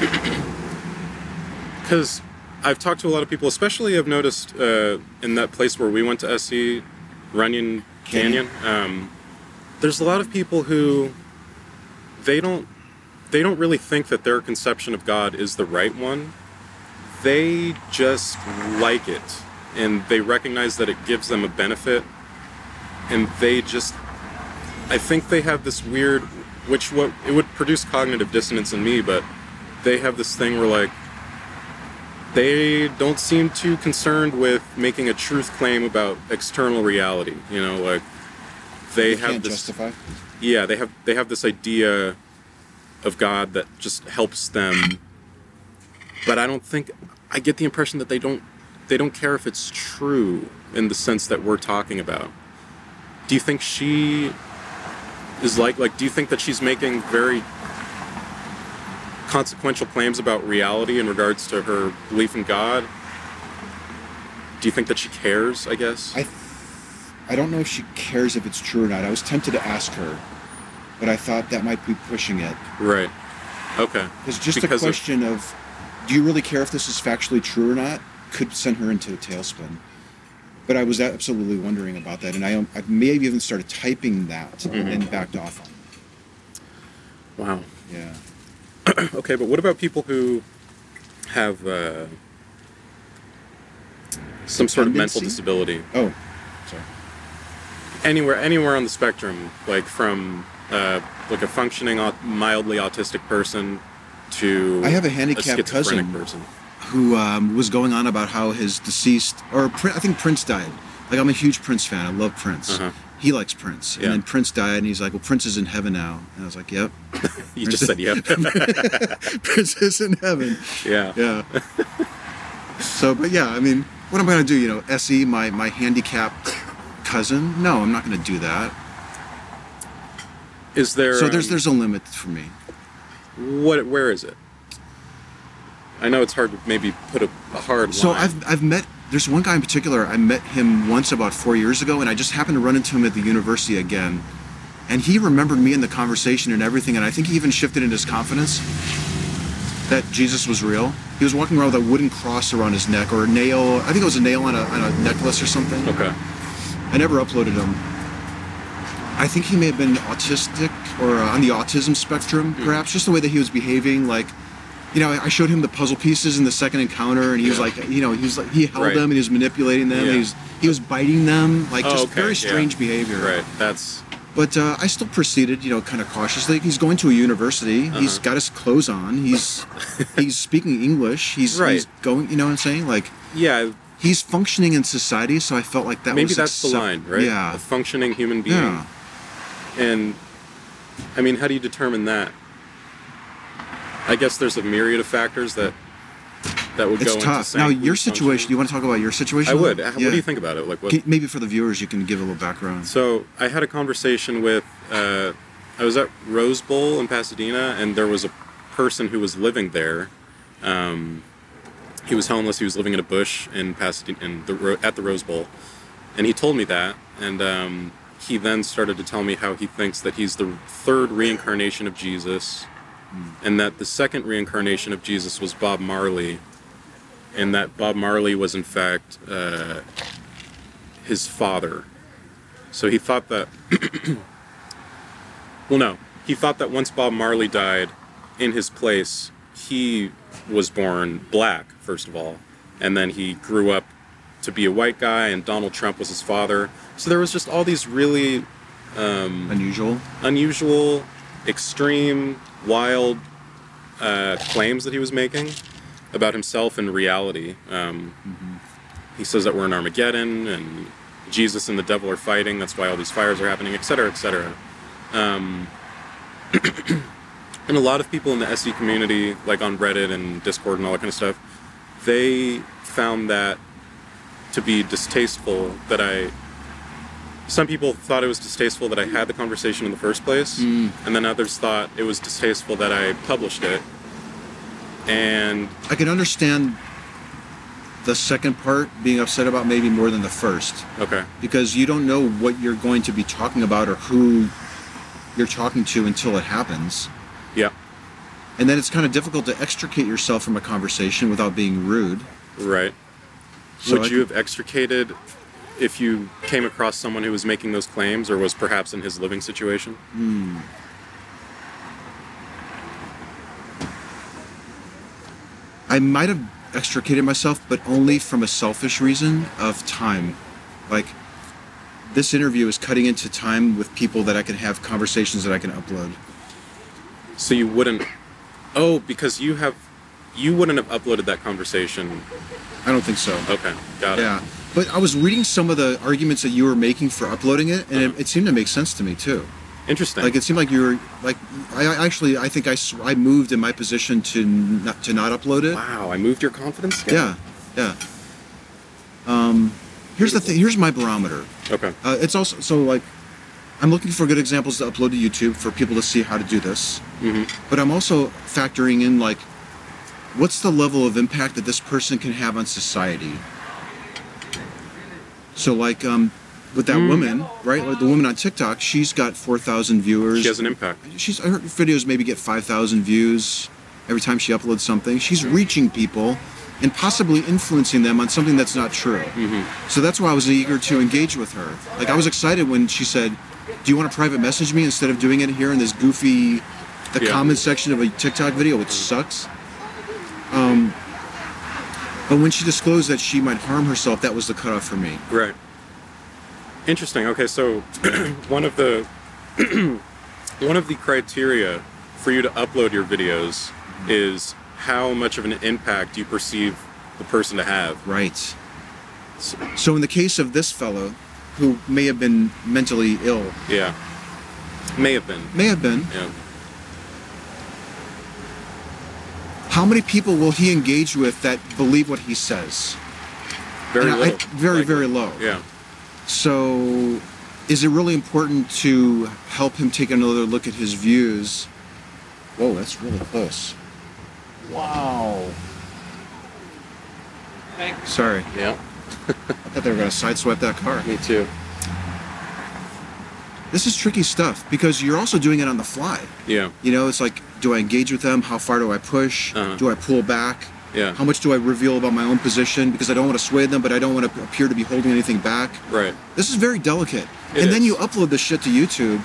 [SPEAKER 3] [clears throat] because I've talked to a lot of people, especially I've noticed uh, in that place where we went to SE, Runyon Canyon.
[SPEAKER 2] Canyon.
[SPEAKER 3] Um, there's a lot of people who they don't they don't really think that their conception of God is the right one. They just like it and they recognize that it gives them a benefit and they just I think they have this weird which what it would produce cognitive dissonance in me, but they have this thing where like they don't seem too concerned with making a truth claim about external reality, you know, like they, have
[SPEAKER 2] can't
[SPEAKER 3] this
[SPEAKER 2] justify
[SPEAKER 3] yeah they have they have this idea of god that just helps them but i don't think i get the impression that they don't they don't care if it's true in the sense that we're talking about do you think she is like like do you think that she's making very consequential claims about reality in regards to her belief in god do you think that she cares i guess
[SPEAKER 2] i i don't know if she cares if it's true or not i was tempted to ask her but i thought that might be pushing it
[SPEAKER 3] right okay
[SPEAKER 2] it's just
[SPEAKER 3] Because
[SPEAKER 2] a
[SPEAKER 3] of-
[SPEAKER 2] question of, do you really care if this is factually true or not could send her into a tailspin but i was absolutely wondering about that and i, I may have even started typing that
[SPEAKER 3] Mm-hmm.
[SPEAKER 2] and then backed off on it
[SPEAKER 3] wow
[SPEAKER 2] yeah
[SPEAKER 3] Okay, but what about people who have uh, some sort of
[SPEAKER 2] Dependency?
[SPEAKER 3] mental disability?
[SPEAKER 2] oh sorry
[SPEAKER 3] anywhere anywhere on the spectrum, like from uh, like a functioning au- mildly autistic person to
[SPEAKER 2] I have a
[SPEAKER 3] a
[SPEAKER 2] handicapped
[SPEAKER 3] schizophrenic
[SPEAKER 2] cousin.
[SPEAKER 3] person.
[SPEAKER 2] who um, was going on about how his deceased, or Prin- I think Prince died. Like, I'm a huge Prince fan. I love Prince.
[SPEAKER 3] Uh-huh.
[SPEAKER 2] He likes Prince.
[SPEAKER 3] Yeah.
[SPEAKER 2] And then Prince died, and he's like, well, Prince is in heaven now. And I was like, yep, [laughs]
[SPEAKER 3] You just said yeah,
[SPEAKER 2] Prince is in heaven.
[SPEAKER 3] yeah,
[SPEAKER 2] Yeah. so, but yeah, I mean, what am I going to do? You know, SE, my, my handicapped cousin? No, I'm not going to do that.
[SPEAKER 3] Is there
[SPEAKER 2] So there's
[SPEAKER 3] um,
[SPEAKER 2] there's a limit for me.
[SPEAKER 3] What? Where is it? I know it's hard to maybe put a, a hard
[SPEAKER 2] So
[SPEAKER 3] line.
[SPEAKER 2] I've I've met there's one guy in particular. I met him once about four years ago, and I just happened to run into him at the university again, and he remembered me in the conversation and everything, and I think he even shifted in his confidence that Jesus was real. He was walking around with a wooden cross around his neck or a nail. I think it was a nail on a, on a necklace or something.
[SPEAKER 3] okay.
[SPEAKER 2] I never uploaded him. I think he may have been autistic or uh, on the autism spectrum,
[SPEAKER 3] Hmm.
[SPEAKER 2] perhaps, just the way that he was behaving. Like, you know, I showed him the puzzle pieces in the second encounter, and he was
[SPEAKER 3] Yeah.
[SPEAKER 2] like, you know, he was like, he held
[SPEAKER 3] Right.
[SPEAKER 2] them and he was manipulating them.
[SPEAKER 3] Yeah.
[SPEAKER 2] He was he was biting them, like
[SPEAKER 3] Oh,
[SPEAKER 2] just
[SPEAKER 3] okay,
[SPEAKER 2] very
[SPEAKER 3] yeah.
[SPEAKER 2] strange behavior.
[SPEAKER 3] Right. That's
[SPEAKER 2] But uh, I still proceeded, you know, kind of cautiously. He's going to a university. He's
[SPEAKER 3] Uh-huh.
[SPEAKER 2] got his clothes on.
[SPEAKER 3] [laughs]
[SPEAKER 2] He's he's speaking English. He's, he's
[SPEAKER 3] Right.
[SPEAKER 2] going, you know, what I'm saying like
[SPEAKER 3] yeah.
[SPEAKER 2] he's functioning in society. So I felt like that
[SPEAKER 3] Maybe
[SPEAKER 2] was
[SPEAKER 3] that's the
[SPEAKER 2] accept-
[SPEAKER 3] line, right?
[SPEAKER 2] Yeah,
[SPEAKER 3] A functioning human being.
[SPEAKER 2] yeah.
[SPEAKER 3] And I mean, how do you determine that? I guess there's a myriad of factors that that would
[SPEAKER 2] It's
[SPEAKER 3] go into
[SPEAKER 2] tough.
[SPEAKER 3] saying
[SPEAKER 2] Now,
[SPEAKER 3] who's
[SPEAKER 2] your situation,
[SPEAKER 3] functioning.
[SPEAKER 2] you want to talk about your situation?
[SPEAKER 3] I would.
[SPEAKER 2] Yeah.
[SPEAKER 3] What do you think about it? Like, what?
[SPEAKER 2] Can- maybe for the viewers, you can give a little background.
[SPEAKER 3] Um, So I had a conversation with. Uh, I was at Rose Bowl in Pasadena, and there was a person who was living there. Um, he was homeless. He was living in a bush in Pasadena, in the, Ro- at the Rose Bowl, and he told me that. And um, he then started to tell me how he thinks that he's the third reincarnation of Jesus, and that the second reincarnation of Jesus was Bob Marley, and that Bob Marley was in fact uh, his father. So he thought that. [clears throat] well, no. He thought that once Bob Marley died, in his place, he was born black, first of all. And then he grew up to be a white guy, and Donald Trump was his father. So there was just all these really
[SPEAKER 2] Unusual.
[SPEAKER 3] unusual, extreme, wild uh, claims that he was making about himself and reality. Um, He says that we're in Armageddon and Jesus and the devil are fighting. That's why all these fires are happening, et cetera, et cetera. Um, [clears throat] and a lot of people in the SE community, like on Reddit and Discord and all that kind of stuff, they found that to be distasteful that I some people thought it was distasteful that I had the conversation in the first place,
[SPEAKER 2] Hmm.
[SPEAKER 3] and then others thought it was distasteful that I published it. And
[SPEAKER 2] I can understand the second part being upset about maybe more than the first,
[SPEAKER 3] okay,
[SPEAKER 2] because you don't know what you're going to be talking about or who you're talking to until it happens.
[SPEAKER 3] yeah,
[SPEAKER 2] And then it's kind of difficult to extricate yourself from a conversation without being rude.
[SPEAKER 3] right.
[SPEAKER 2] So
[SPEAKER 3] Would
[SPEAKER 2] I
[SPEAKER 3] you have extricated if you came across someone who was making those claims or was perhaps in his living situation?
[SPEAKER 2] I might have extricated myself, but only from a selfish reason of time. Like, this interview is cutting into time with people that I can have conversations that I can upload.
[SPEAKER 3] So you wouldn't. Oh, because you have, you wouldn't have uploaded that conversation.
[SPEAKER 2] I don't think so.
[SPEAKER 3] Okay, got it.
[SPEAKER 2] Yeah. But I was reading some of the arguments that you were making for uploading it, and
[SPEAKER 3] Mhm.
[SPEAKER 2] it, it seemed to make sense to me, too.
[SPEAKER 3] Interesting.
[SPEAKER 2] Like, it seemed like you were, like, I I actually, I think I, s- I moved in my position to not, to not upload it.
[SPEAKER 3] wow, I moved your confidence. scale?
[SPEAKER 2] Yeah. Yeah. Um, here's the thing, here's my barometer.
[SPEAKER 3] Okay.
[SPEAKER 2] Uh, it's also so like I'm looking for good examples to upload to YouTube for people to see how to do this.
[SPEAKER 3] Mm-hmm.
[SPEAKER 2] But I'm also factoring in like what's the level of impact that this person can have on society. So like um, with that
[SPEAKER 3] Mm.
[SPEAKER 2] woman, right? Like the woman on TikTok, she's got four thousand viewers.
[SPEAKER 3] She has an impact.
[SPEAKER 2] She's her videos maybe get five thousand views every time she uploads something. She's reaching people and possibly influencing them on something that's not true. So that's why I was eager to engage with her. Like I was excited when she said, "Do you want to private message me instead of doing it here in this goofy, the
[SPEAKER 3] Yeah.
[SPEAKER 2] comment section of a TikTok video, which sucks." Um, but when she disclosed that she might harm herself, that was the cutoff for me.
[SPEAKER 3] Right. Interesting. Okay, so [clears throat] one of the [clears throat] one of the criteria for you to upload your videos is how much of an impact you perceive the person to have.
[SPEAKER 2] Right.
[SPEAKER 3] So-
[SPEAKER 2] So in the case of this fellow, who may have been mentally ill,
[SPEAKER 3] Yeah. May have been.
[SPEAKER 2] may have been,
[SPEAKER 3] Yeah.
[SPEAKER 2] how many people will he engage with that believe what he says?
[SPEAKER 3] Very
[SPEAKER 2] Yeah, I-
[SPEAKER 3] little.
[SPEAKER 2] very,
[SPEAKER 3] likely.
[SPEAKER 2] very low.
[SPEAKER 3] Yeah.
[SPEAKER 2] So, is it really important to help him take another look at his views? Whoa, that's really close. Wow. Sorry,
[SPEAKER 3] Yeah.
[SPEAKER 2] I thought they were going to sideswipe that car.
[SPEAKER 3] Me too.
[SPEAKER 2] This is tricky stuff because you're also doing it on the fly.
[SPEAKER 3] Yeah.
[SPEAKER 2] You know, it's like, do I engage with them? How far do I push?
[SPEAKER 3] Uh-huh.
[SPEAKER 2] Do I pull back?
[SPEAKER 3] Yeah.
[SPEAKER 2] How much do I reveal about my own position? Because I don't want to sway them, but I don't want to appear to be holding anything back.
[SPEAKER 3] Right.
[SPEAKER 2] This is very delicate.
[SPEAKER 3] It
[SPEAKER 2] and then
[SPEAKER 3] is.
[SPEAKER 2] you upload this shit to YouTube,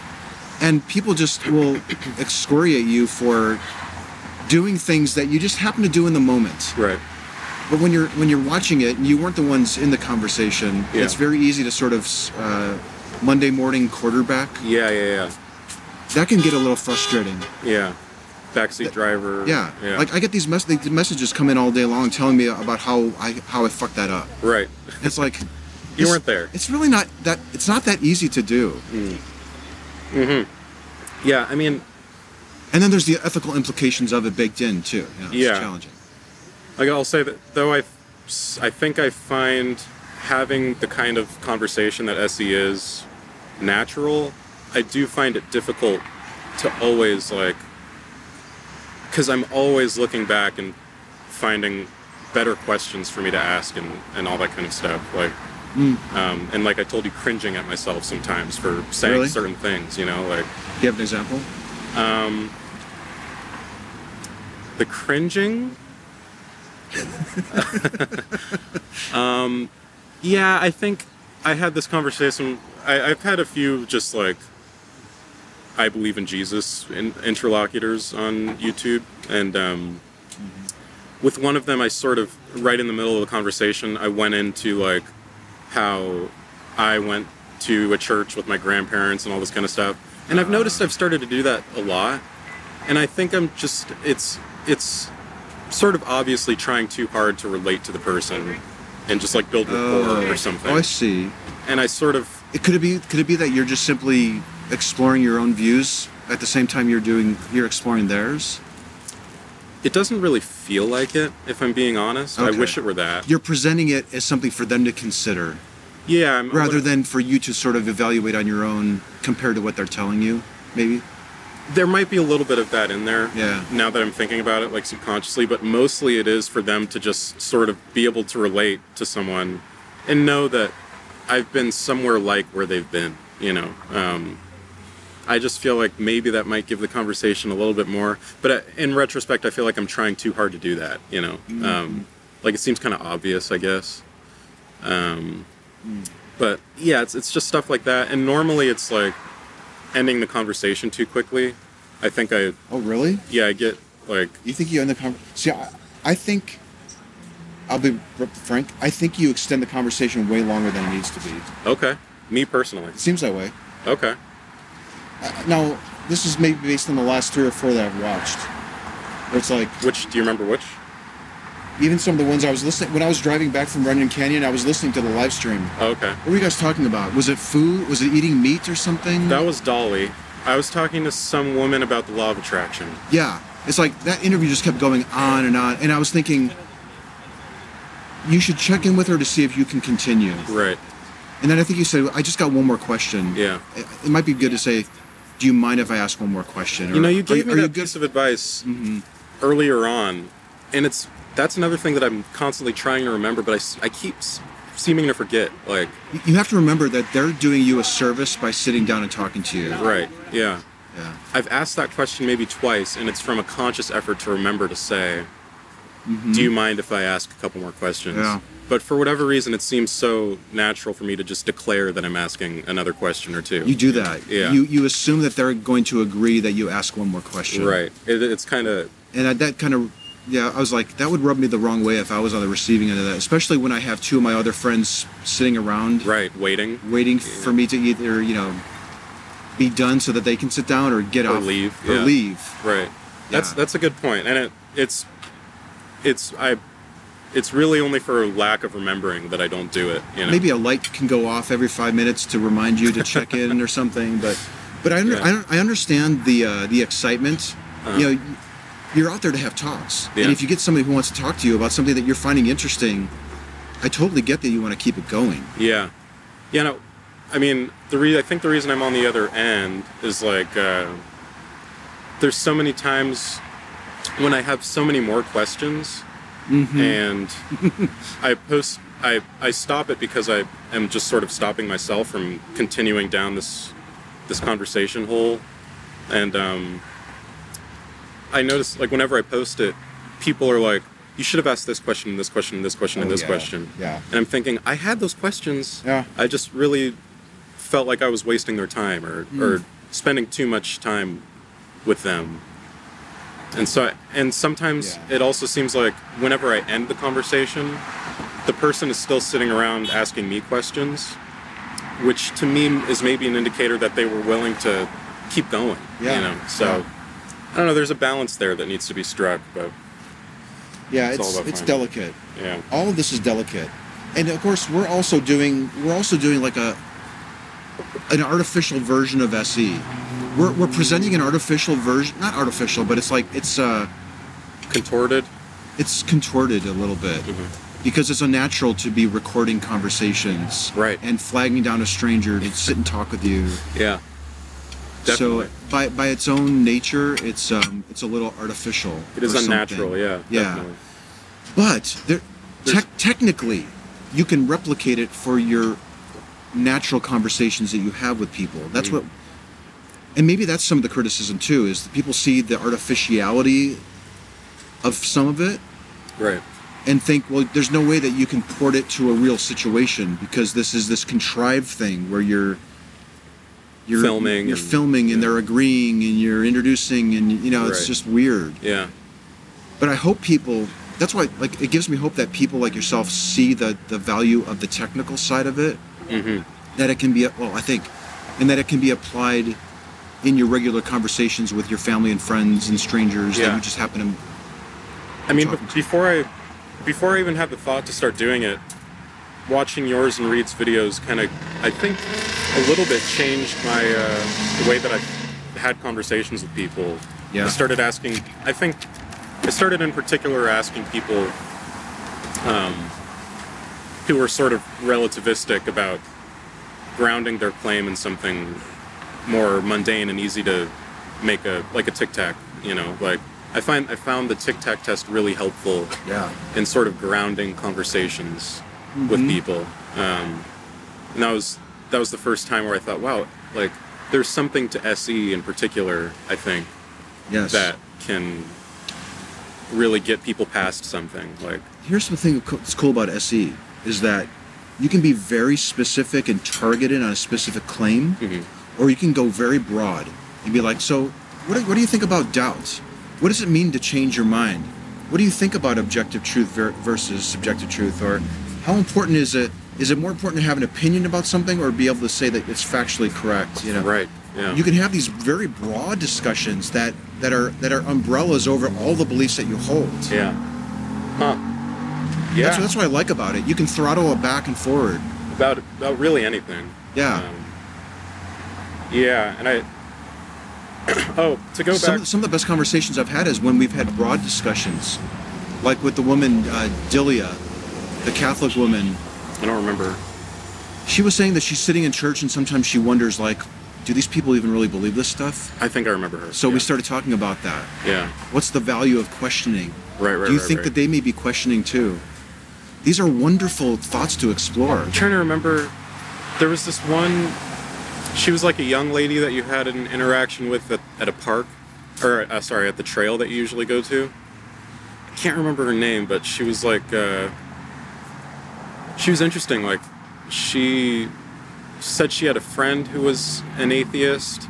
[SPEAKER 2] and people just will excoriate you for doing things that you just happen to do in the moment.
[SPEAKER 3] Right.
[SPEAKER 2] But when you're when you're watching it, and you weren't the ones in the conversation.
[SPEAKER 3] Yeah.
[SPEAKER 2] It's very easy to sort of uh, Monday morning quarterback.
[SPEAKER 3] Yeah. Yeah.
[SPEAKER 2] That can get a little frustrating.
[SPEAKER 3] Yeah. Yeah. Backseat driver.
[SPEAKER 2] Yeah.
[SPEAKER 3] Yeah.
[SPEAKER 2] Like I get these, mes- these messages come in all day long telling me about how I how I fucked that up.
[SPEAKER 3] right.
[SPEAKER 2] It's like
[SPEAKER 3] You
[SPEAKER 2] it's-
[SPEAKER 3] weren't there.
[SPEAKER 2] It's really not that it's not that easy to do.
[SPEAKER 3] Yeah. I mean,
[SPEAKER 2] And then there's the ethical implications of it baked in too. Yeah. It's
[SPEAKER 3] Yeah.
[SPEAKER 2] challenging.
[SPEAKER 3] Like I'll say that though I, I think I find having the kind of conversation that SE is natural. I do find it difficult to always like, because I'm always looking back and finding better questions for me to ask and, and all that kind of stuff. Like, um, and like I told you, cringing at myself sometimes for saying
[SPEAKER 2] Really?
[SPEAKER 3] certain things. You know, like
[SPEAKER 2] Do you have an example?
[SPEAKER 3] the cringing um yeah i think i had this conversation I, i've had a few just like i believe in jesus in, interlocutors on youtube and um with one of them i sort of right in the middle of the conversation i went into like how i went to a church with my grandparents and all this kind of stuff and i've noticed i've started to do that a lot and I think I'm just it's it's sort of obviously trying too hard to relate to the person and just like build rapport or something.
[SPEAKER 2] Oh, I see.
[SPEAKER 3] and I sort of
[SPEAKER 2] It could it be could it be that you're just simply exploring your own views at the same time you're doing you're exploring theirs?
[SPEAKER 3] it doesn't really feel like it if I'm being honest.
[SPEAKER 2] Okay.
[SPEAKER 3] I wish it were that.
[SPEAKER 2] You're presenting it as something for them to consider
[SPEAKER 3] yeah, I'm,
[SPEAKER 2] rather than for you to sort of evaluate on your own compared to what they're telling you, maybe.
[SPEAKER 3] there might be a little bit of that in there.
[SPEAKER 2] Yeah.
[SPEAKER 3] Now that I'm thinking about it like subconsciously, but mostly it is for them to just sort of be able to relate to someone and know that I've been somewhere like where they've been, you know. Um I just feel like maybe that might give the conversation a little bit more, but uh, in retrospect, I feel like I'm trying too hard to do that. You know,
[SPEAKER 2] Mm-hmm.
[SPEAKER 3] um, like it seems kind of obvious, I guess. Um,
[SPEAKER 2] Mm.
[SPEAKER 3] but yeah, it's it's just stuff like that. And normally, it's like ending the conversation too quickly. I think I
[SPEAKER 2] Oh, really?
[SPEAKER 3] yeah I get like
[SPEAKER 2] You think you end the conversation? See, I, I think I'll be r- frank. I think you extend the conversation way longer than it needs to be.
[SPEAKER 3] okay me personally
[SPEAKER 2] It seems that way.
[SPEAKER 3] okay
[SPEAKER 2] Uh, Now, this is maybe based on the last three or four that I've watched. Where it's like
[SPEAKER 3] which do you remember which
[SPEAKER 2] even some of the ones I was listening when I was driving back from Runyon Canyon. I was listening to the live stream.
[SPEAKER 3] okay
[SPEAKER 2] What were you guys talking about? Was it food? Was it eating meat or something?
[SPEAKER 3] that was Dolly. I was talking to some woman about the law of attraction.
[SPEAKER 2] yeah. It's like that interview just kept going on and on, and I was thinking. You should check in with her to see if you can continue.
[SPEAKER 3] Right.
[SPEAKER 2] And then I think you said, I just got one more question.
[SPEAKER 3] Yeah.
[SPEAKER 2] It, it might be good to say, do you mind if I ask one more question?
[SPEAKER 3] You know,
[SPEAKER 2] Or-
[SPEAKER 3] you
[SPEAKER 2] are,
[SPEAKER 3] gave me
[SPEAKER 2] are
[SPEAKER 3] that
[SPEAKER 2] you good? Mm-hmm.
[SPEAKER 3] piece of advice earlier on, and it's that's another thing that I'm constantly trying to remember, but I s- I, keep s- seeming to forget. Like,
[SPEAKER 2] You have to remember that they're doing you a service by sitting down and talking to you.
[SPEAKER 3] right? Yeah,
[SPEAKER 2] Yeah.
[SPEAKER 3] I've asked that question maybe twice, and it's from a conscious effort to remember to say, "Do you mind if I ask a couple more questions?"
[SPEAKER 2] Mm-hmm. Yeah.
[SPEAKER 3] But for whatever reason, it seems so natural for me to just declare that I'm asking another question or two.
[SPEAKER 2] You do that.
[SPEAKER 3] Yeah.
[SPEAKER 2] You you assume that they're going to agree that you ask one more question.
[SPEAKER 3] Right. It, it's kind of
[SPEAKER 2] And that, that kind of yeah, I was like, that would rub me the wrong way if I was on the receiving end of that, especially when I have two of my other friends sitting around
[SPEAKER 3] Right, waiting
[SPEAKER 2] waiting for me to either, you know, be done so that they can sit down or get
[SPEAKER 3] or
[SPEAKER 2] off
[SPEAKER 3] leave.
[SPEAKER 2] or
[SPEAKER 3] yeah.
[SPEAKER 2] leave.
[SPEAKER 3] Right. That's
[SPEAKER 2] Yeah.
[SPEAKER 3] that's a good point, and it it's it's I it's really only for lack of remembering that I don't do it. You know.
[SPEAKER 2] Maybe a light can go off every five minutes to remind you to check
[SPEAKER 3] [laughs]
[SPEAKER 2] in or something. But but I under,
[SPEAKER 3] Yeah. Uh-huh.
[SPEAKER 2] I, don't, I understand the uh, the excitement. You know, you're out there to have talks,
[SPEAKER 3] Yeah.
[SPEAKER 2] and if you get somebody who wants to talk to you about something that you're finding interesting, I totally get that you want to keep it going.
[SPEAKER 3] Yeah, yeah. No, I mean the re- I think the reason I'm on the other end is like uh, there's so many times when I have so many more questions,
[SPEAKER 2] Mm-hmm.
[SPEAKER 3] and
[SPEAKER 2] [laughs]
[SPEAKER 3] I post I I stop it because I am just sort of stopping myself from continuing down this this conversation hole, and um, I notice like whenever I post it, people are like. You should have asked this question, and this question, and this question, and
[SPEAKER 2] Oh,
[SPEAKER 3] this
[SPEAKER 2] yeah.
[SPEAKER 3] question.
[SPEAKER 2] Yeah.
[SPEAKER 3] And I'm thinking, I had those questions.
[SPEAKER 2] Yeah.
[SPEAKER 3] I just really felt like I was wasting their time or,
[SPEAKER 2] Hmm.
[SPEAKER 3] or spending too much time with them. And so, and sometimes
[SPEAKER 2] Yeah.
[SPEAKER 3] it also seems like whenever I end the conversation, the person is still sitting around asking me questions, which to me is maybe an indicator that they were willing to keep going.
[SPEAKER 2] Yeah.
[SPEAKER 3] You know, so
[SPEAKER 2] Yeah.
[SPEAKER 3] I don't know. There's a balance there that needs to be struck, but
[SPEAKER 2] Yeah,
[SPEAKER 3] It's all
[SPEAKER 2] it's
[SPEAKER 3] about
[SPEAKER 2] it's
[SPEAKER 3] finding-
[SPEAKER 2] delicate.
[SPEAKER 3] yeah,
[SPEAKER 2] all of this is delicate and of course we're also doing we're also doing like a an artificial version of se we're, we're presenting an artificial version not artificial but it's like it's uh
[SPEAKER 3] contorted.
[SPEAKER 2] it's contorted a little bit
[SPEAKER 3] Mm-hmm.
[SPEAKER 2] because it's unnatural to be recording conversations
[SPEAKER 3] Right.
[SPEAKER 2] and flagging down a stranger to sit and talk with you
[SPEAKER 3] Yeah. Definitely.
[SPEAKER 2] so by by its own nature it's um it's a little artificial
[SPEAKER 3] it is
[SPEAKER 2] or something.
[SPEAKER 3] unnatural. Yeah.
[SPEAKER 2] yeah
[SPEAKER 3] Definitely.
[SPEAKER 2] But there,
[SPEAKER 3] There's-
[SPEAKER 2] tec- technically, you can replicate it for your natural conversations that you have with people. That's
[SPEAKER 3] Mm-hmm.
[SPEAKER 2] what, and maybe that's some of the criticism too. Is that people see the artificiality of some of it
[SPEAKER 3] Right.
[SPEAKER 2] and think, well, there's no way that you can port it to a real situation because this is this contrived thing where you're. You're,
[SPEAKER 3] Filming
[SPEAKER 2] you're
[SPEAKER 3] and-
[SPEAKER 2] filming, and
[SPEAKER 3] yeah.
[SPEAKER 2] they're agreeing, and you're introducing, and you know it's
[SPEAKER 3] Right.
[SPEAKER 2] just weird
[SPEAKER 3] Yeah.
[SPEAKER 2] but I hope people. That's why, like, it gives me hope that people like yourself see the the value of the technical side of it.
[SPEAKER 3] Mm-hmm.
[SPEAKER 2] That it can be well, I think, and that it can be applied in your regular conversations with your family and friends and strangers that
[SPEAKER 3] Yeah.
[SPEAKER 2] you just happen to.
[SPEAKER 3] I mean,
[SPEAKER 2] talking
[SPEAKER 3] but before I, before I even had the thought to start doing it, watching yours and Reed's videos kind of, I think, a little bit changed my uh, the way that I had conversations with people.
[SPEAKER 2] Yeah.
[SPEAKER 3] I started asking. I think I started in particular asking people um, who were sort of relativistic about grounding their claim in something more mundane and easy to make a like a tic tac. You know, like I find I found the tic tac test really helpful
[SPEAKER 2] Yeah.
[SPEAKER 3] in sort of grounding conversations
[SPEAKER 2] Mm-hmm.
[SPEAKER 3] with people. Um, and that was that was the first time where I thought, wow, like there's something to SE in particular. I think
[SPEAKER 2] Yes.
[SPEAKER 3] that can really get people past something. Like
[SPEAKER 2] Here's the thing that's cool about SE is that you can be very specific and targeted on a specific claim,
[SPEAKER 3] Mm-hmm.
[SPEAKER 2] or you can go very broad and be like, so what do, what do you think about doubt? What does it mean to change your mind? What do you think about objective truth ver- versus subjective truth? Or how important is it? Is it more important to have an opinion about something or be able to say that it's factually correct? You know,
[SPEAKER 3] right, yeah,
[SPEAKER 2] you can have these very broad discussions that, that are that are umbrellas over all the beliefs that you hold.
[SPEAKER 3] yeah, huh, yeah,
[SPEAKER 2] That's, that's what I like about it. You can throttle it back and forward.
[SPEAKER 3] about about really anything.
[SPEAKER 2] Yeah.
[SPEAKER 3] Um, yeah, and I. [clears throat] oh, to go
[SPEAKER 2] some,
[SPEAKER 3] back.
[SPEAKER 2] of the, some of the best conversations I've had is when we've had broad discussions, like with the woman uh, Dilia, the Catholic woman.
[SPEAKER 3] I don't remember.
[SPEAKER 2] She was saying that she's sitting in church and sometimes she wonders, like, do these people even really believe this stuff?
[SPEAKER 3] I think I remember her.
[SPEAKER 2] So
[SPEAKER 3] yeah.
[SPEAKER 2] we started talking about that.
[SPEAKER 3] Yeah.
[SPEAKER 2] What's the value of questioning?
[SPEAKER 3] Right, right,
[SPEAKER 2] do you
[SPEAKER 3] right,
[SPEAKER 2] think
[SPEAKER 3] right.
[SPEAKER 2] that they may be questioning too? These are wonderful thoughts to explore.
[SPEAKER 3] I'm trying to remember. There was this one. She was like a young lady that you had an interaction with at, at a park, or uh, sorry, at the trail that you usually go to. I can't remember her name, but she was like. Uh, she was interesting. Like, she said she had a friend who was an atheist,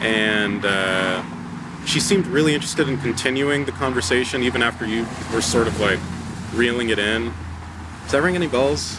[SPEAKER 3] and uh, she seemed really interested in continuing the conversation even after you were sort of like reeling it in. Does that ring any bells?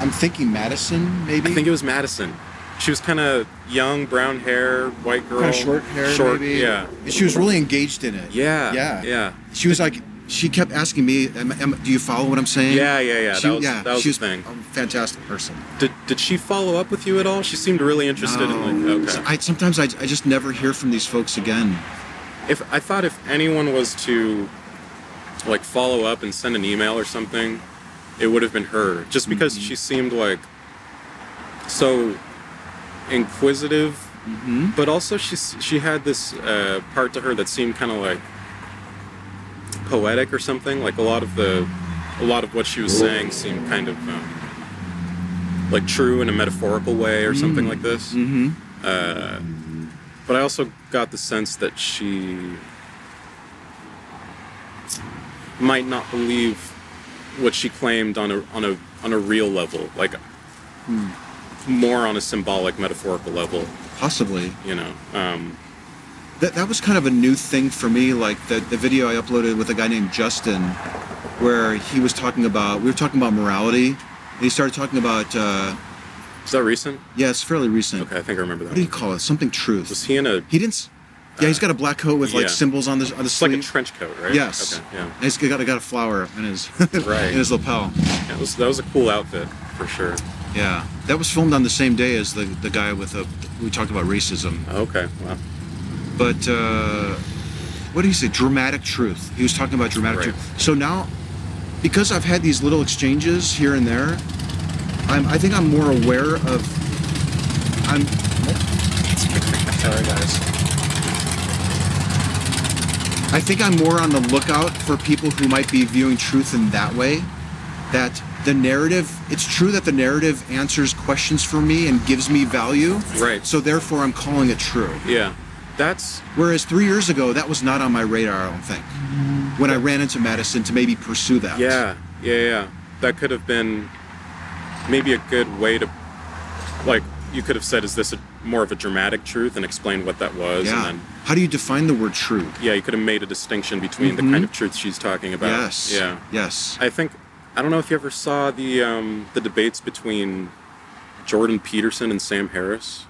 [SPEAKER 2] I'm thinking Madison, maybe.
[SPEAKER 3] I think it was Madison. She was kind of young, brown hair, white girl.
[SPEAKER 2] kind of short hair,
[SPEAKER 3] Short,
[SPEAKER 2] maybe.
[SPEAKER 3] yeah.
[SPEAKER 2] And she was really engaged in it.
[SPEAKER 3] Yeah.
[SPEAKER 2] Yeah.
[SPEAKER 3] Yeah.
[SPEAKER 2] She was like, she kept asking me, am, am, "Do you follow what I'm saying?"
[SPEAKER 3] Yeah, yeah, yeah.
[SPEAKER 2] She,
[SPEAKER 3] that was,
[SPEAKER 2] yeah,
[SPEAKER 3] that was
[SPEAKER 2] she
[SPEAKER 3] the
[SPEAKER 2] was
[SPEAKER 3] thing.
[SPEAKER 2] a fantastic person.
[SPEAKER 3] Did, did she follow up with you at all? She seemed really interested in like, okay.
[SPEAKER 2] I sometimes I, I just never hear from these folks again.
[SPEAKER 3] if I thought if anyone was to like follow up and send an email or something, it would have been her. Just because she seemed like so inquisitive, but also she s- she had this uh, part to her that seemed kind of like poetic or something. Like a lot of the a lot of what she was saying seemed kind of um, like true in a metaphorical way or something like this
[SPEAKER 2] Mm-hmm.
[SPEAKER 3] but I also got the sense that she might not believe what she claimed on a on a on a real level, like more on a symbolic, metaphorical level.
[SPEAKER 2] Possibly.
[SPEAKER 3] You know, um,
[SPEAKER 2] That that was kind of a new thing for me. Like the the video I uploaded with a guy named Justin, where he was talking about we were talking about morality, and he started talking about uh,
[SPEAKER 3] is that recent?
[SPEAKER 2] yeah, it's fairly recent.
[SPEAKER 3] Okay, I think I remember that.
[SPEAKER 2] What do you
[SPEAKER 3] One.
[SPEAKER 2] call it? Something truth.
[SPEAKER 3] Was he in a?
[SPEAKER 2] He didn't. s- Yeah, he's got a black coat with like
[SPEAKER 3] Yeah.
[SPEAKER 2] symbols on the on the
[SPEAKER 3] It's like
[SPEAKER 2] sleeve.
[SPEAKER 3] a trench coat, right?
[SPEAKER 2] Yes.
[SPEAKER 3] Okay. Yeah.
[SPEAKER 2] And he's got got a flower in his [laughs]
[SPEAKER 3] Right.
[SPEAKER 2] in his lapel.
[SPEAKER 3] yeah it was, that was a cool outfit for sure.
[SPEAKER 2] Yeah, that was filmed on the same day as the the guy with a we talked about racism.
[SPEAKER 3] Okay. Wow.
[SPEAKER 2] But uh, what did he say? Dramatic truth. He was talking about dramatic
[SPEAKER 3] Right.
[SPEAKER 2] truth. So now, because I've had these little exchanges here and there, I'm I think I'm more aware of I'm. Sorry, guys. I think I'm more on the lookout for people who might be viewing truth in that way. That the narrative, it's true that the narrative answers questions for me and gives me value.
[SPEAKER 3] Right.
[SPEAKER 2] So therefore, I'm calling it true.
[SPEAKER 3] Yeah. That's
[SPEAKER 2] Whereas three years ago, that was not on my radar, I don't think, when I ran into Madison to maybe pursue that.
[SPEAKER 3] Yeah, yeah, yeah. That could have been maybe a good way to, like, you could have said, "Is this a, more of a dramatic truth?" and explain what that was,
[SPEAKER 2] Yeah.
[SPEAKER 3] and then
[SPEAKER 2] How do you define the word true?
[SPEAKER 3] yeah, you could have made a distinction between the kind of truth she's talking about.
[SPEAKER 2] Mm-hmm. Yes.
[SPEAKER 3] Yeah.
[SPEAKER 2] Yes.
[SPEAKER 3] I think I don't know if you ever saw the um, the debates between Jordan Peterson and Sam Harris.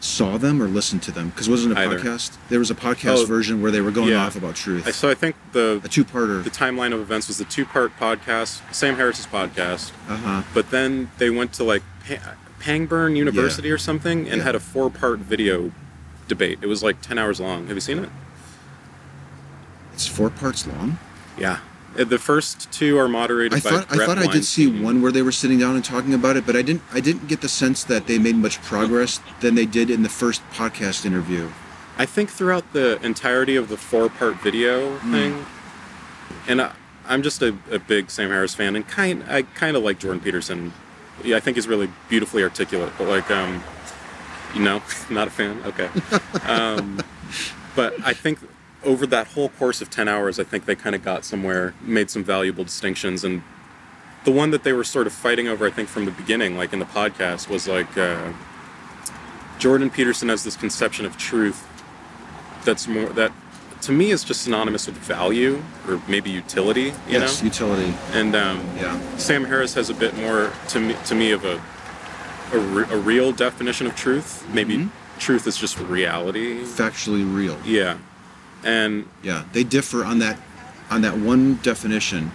[SPEAKER 2] Saw them or listened to them? Because wasn't it a
[SPEAKER 3] Either.
[SPEAKER 2] podcast? There was a podcast
[SPEAKER 3] Oh,
[SPEAKER 2] version where they were going
[SPEAKER 3] yeah.
[SPEAKER 2] off about truth.
[SPEAKER 3] I- So I think the
[SPEAKER 2] a two-parter.
[SPEAKER 3] the timeline of events was the two part podcast, Sam Harris's podcast,
[SPEAKER 2] Uh huh.
[SPEAKER 3] but then they went to like pa- Pangburn University or something and
[SPEAKER 2] Yeah.
[SPEAKER 3] had a four-part video debate. It was like 10 hours long. Have you seen it?
[SPEAKER 2] It's four parts long.
[SPEAKER 3] Yeah. Uh, The first two are moderated
[SPEAKER 2] I
[SPEAKER 3] by
[SPEAKER 2] thought I
[SPEAKER 3] Brett
[SPEAKER 2] thought I did see
[SPEAKER 3] Weinstein.
[SPEAKER 2] one where they were sitting down and talking about it, but I didn't I didn't get the sense that they made much progress than they did in the first podcast interview.
[SPEAKER 3] I think throughout the entirety of the four-part video
[SPEAKER 2] Hmm.
[SPEAKER 3] thing, and I, I'm just a, a big Sam Harris fan, and kind I kind of like Jordan Peterson. Yeah, I think he's really beautifully articulate, but like, um, you know, not a fan. Okay, um, but I think over that whole course of ten hours, I think they kind of got somewhere, made some valuable distinctions, and the one that they were sort of fighting over, I think, from the beginning, like in the podcast, was like. Uh, Jordan Peterson has this conception of truth that's more that to me is just synonymous with value or maybe utility, you
[SPEAKER 2] yes,
[SPEAKER 3] know.
[SPEAKER 2] utility.
[SPEAKER 3] And um,
[SPEAKER 2] Yeah.
[SPEAKER 3] Sam Harris has a bit more to me to me of a a, re- a real definition of truth. Maybe
[SPEAKER 2] Mm-hmm.
[SPEAKER 3] truth is just reality.
[SPEAKER 2] Factually real.
[SPEAKER 3] Yeah, and
[SPEAKER 2] Yeah, they differ on that on that one definition.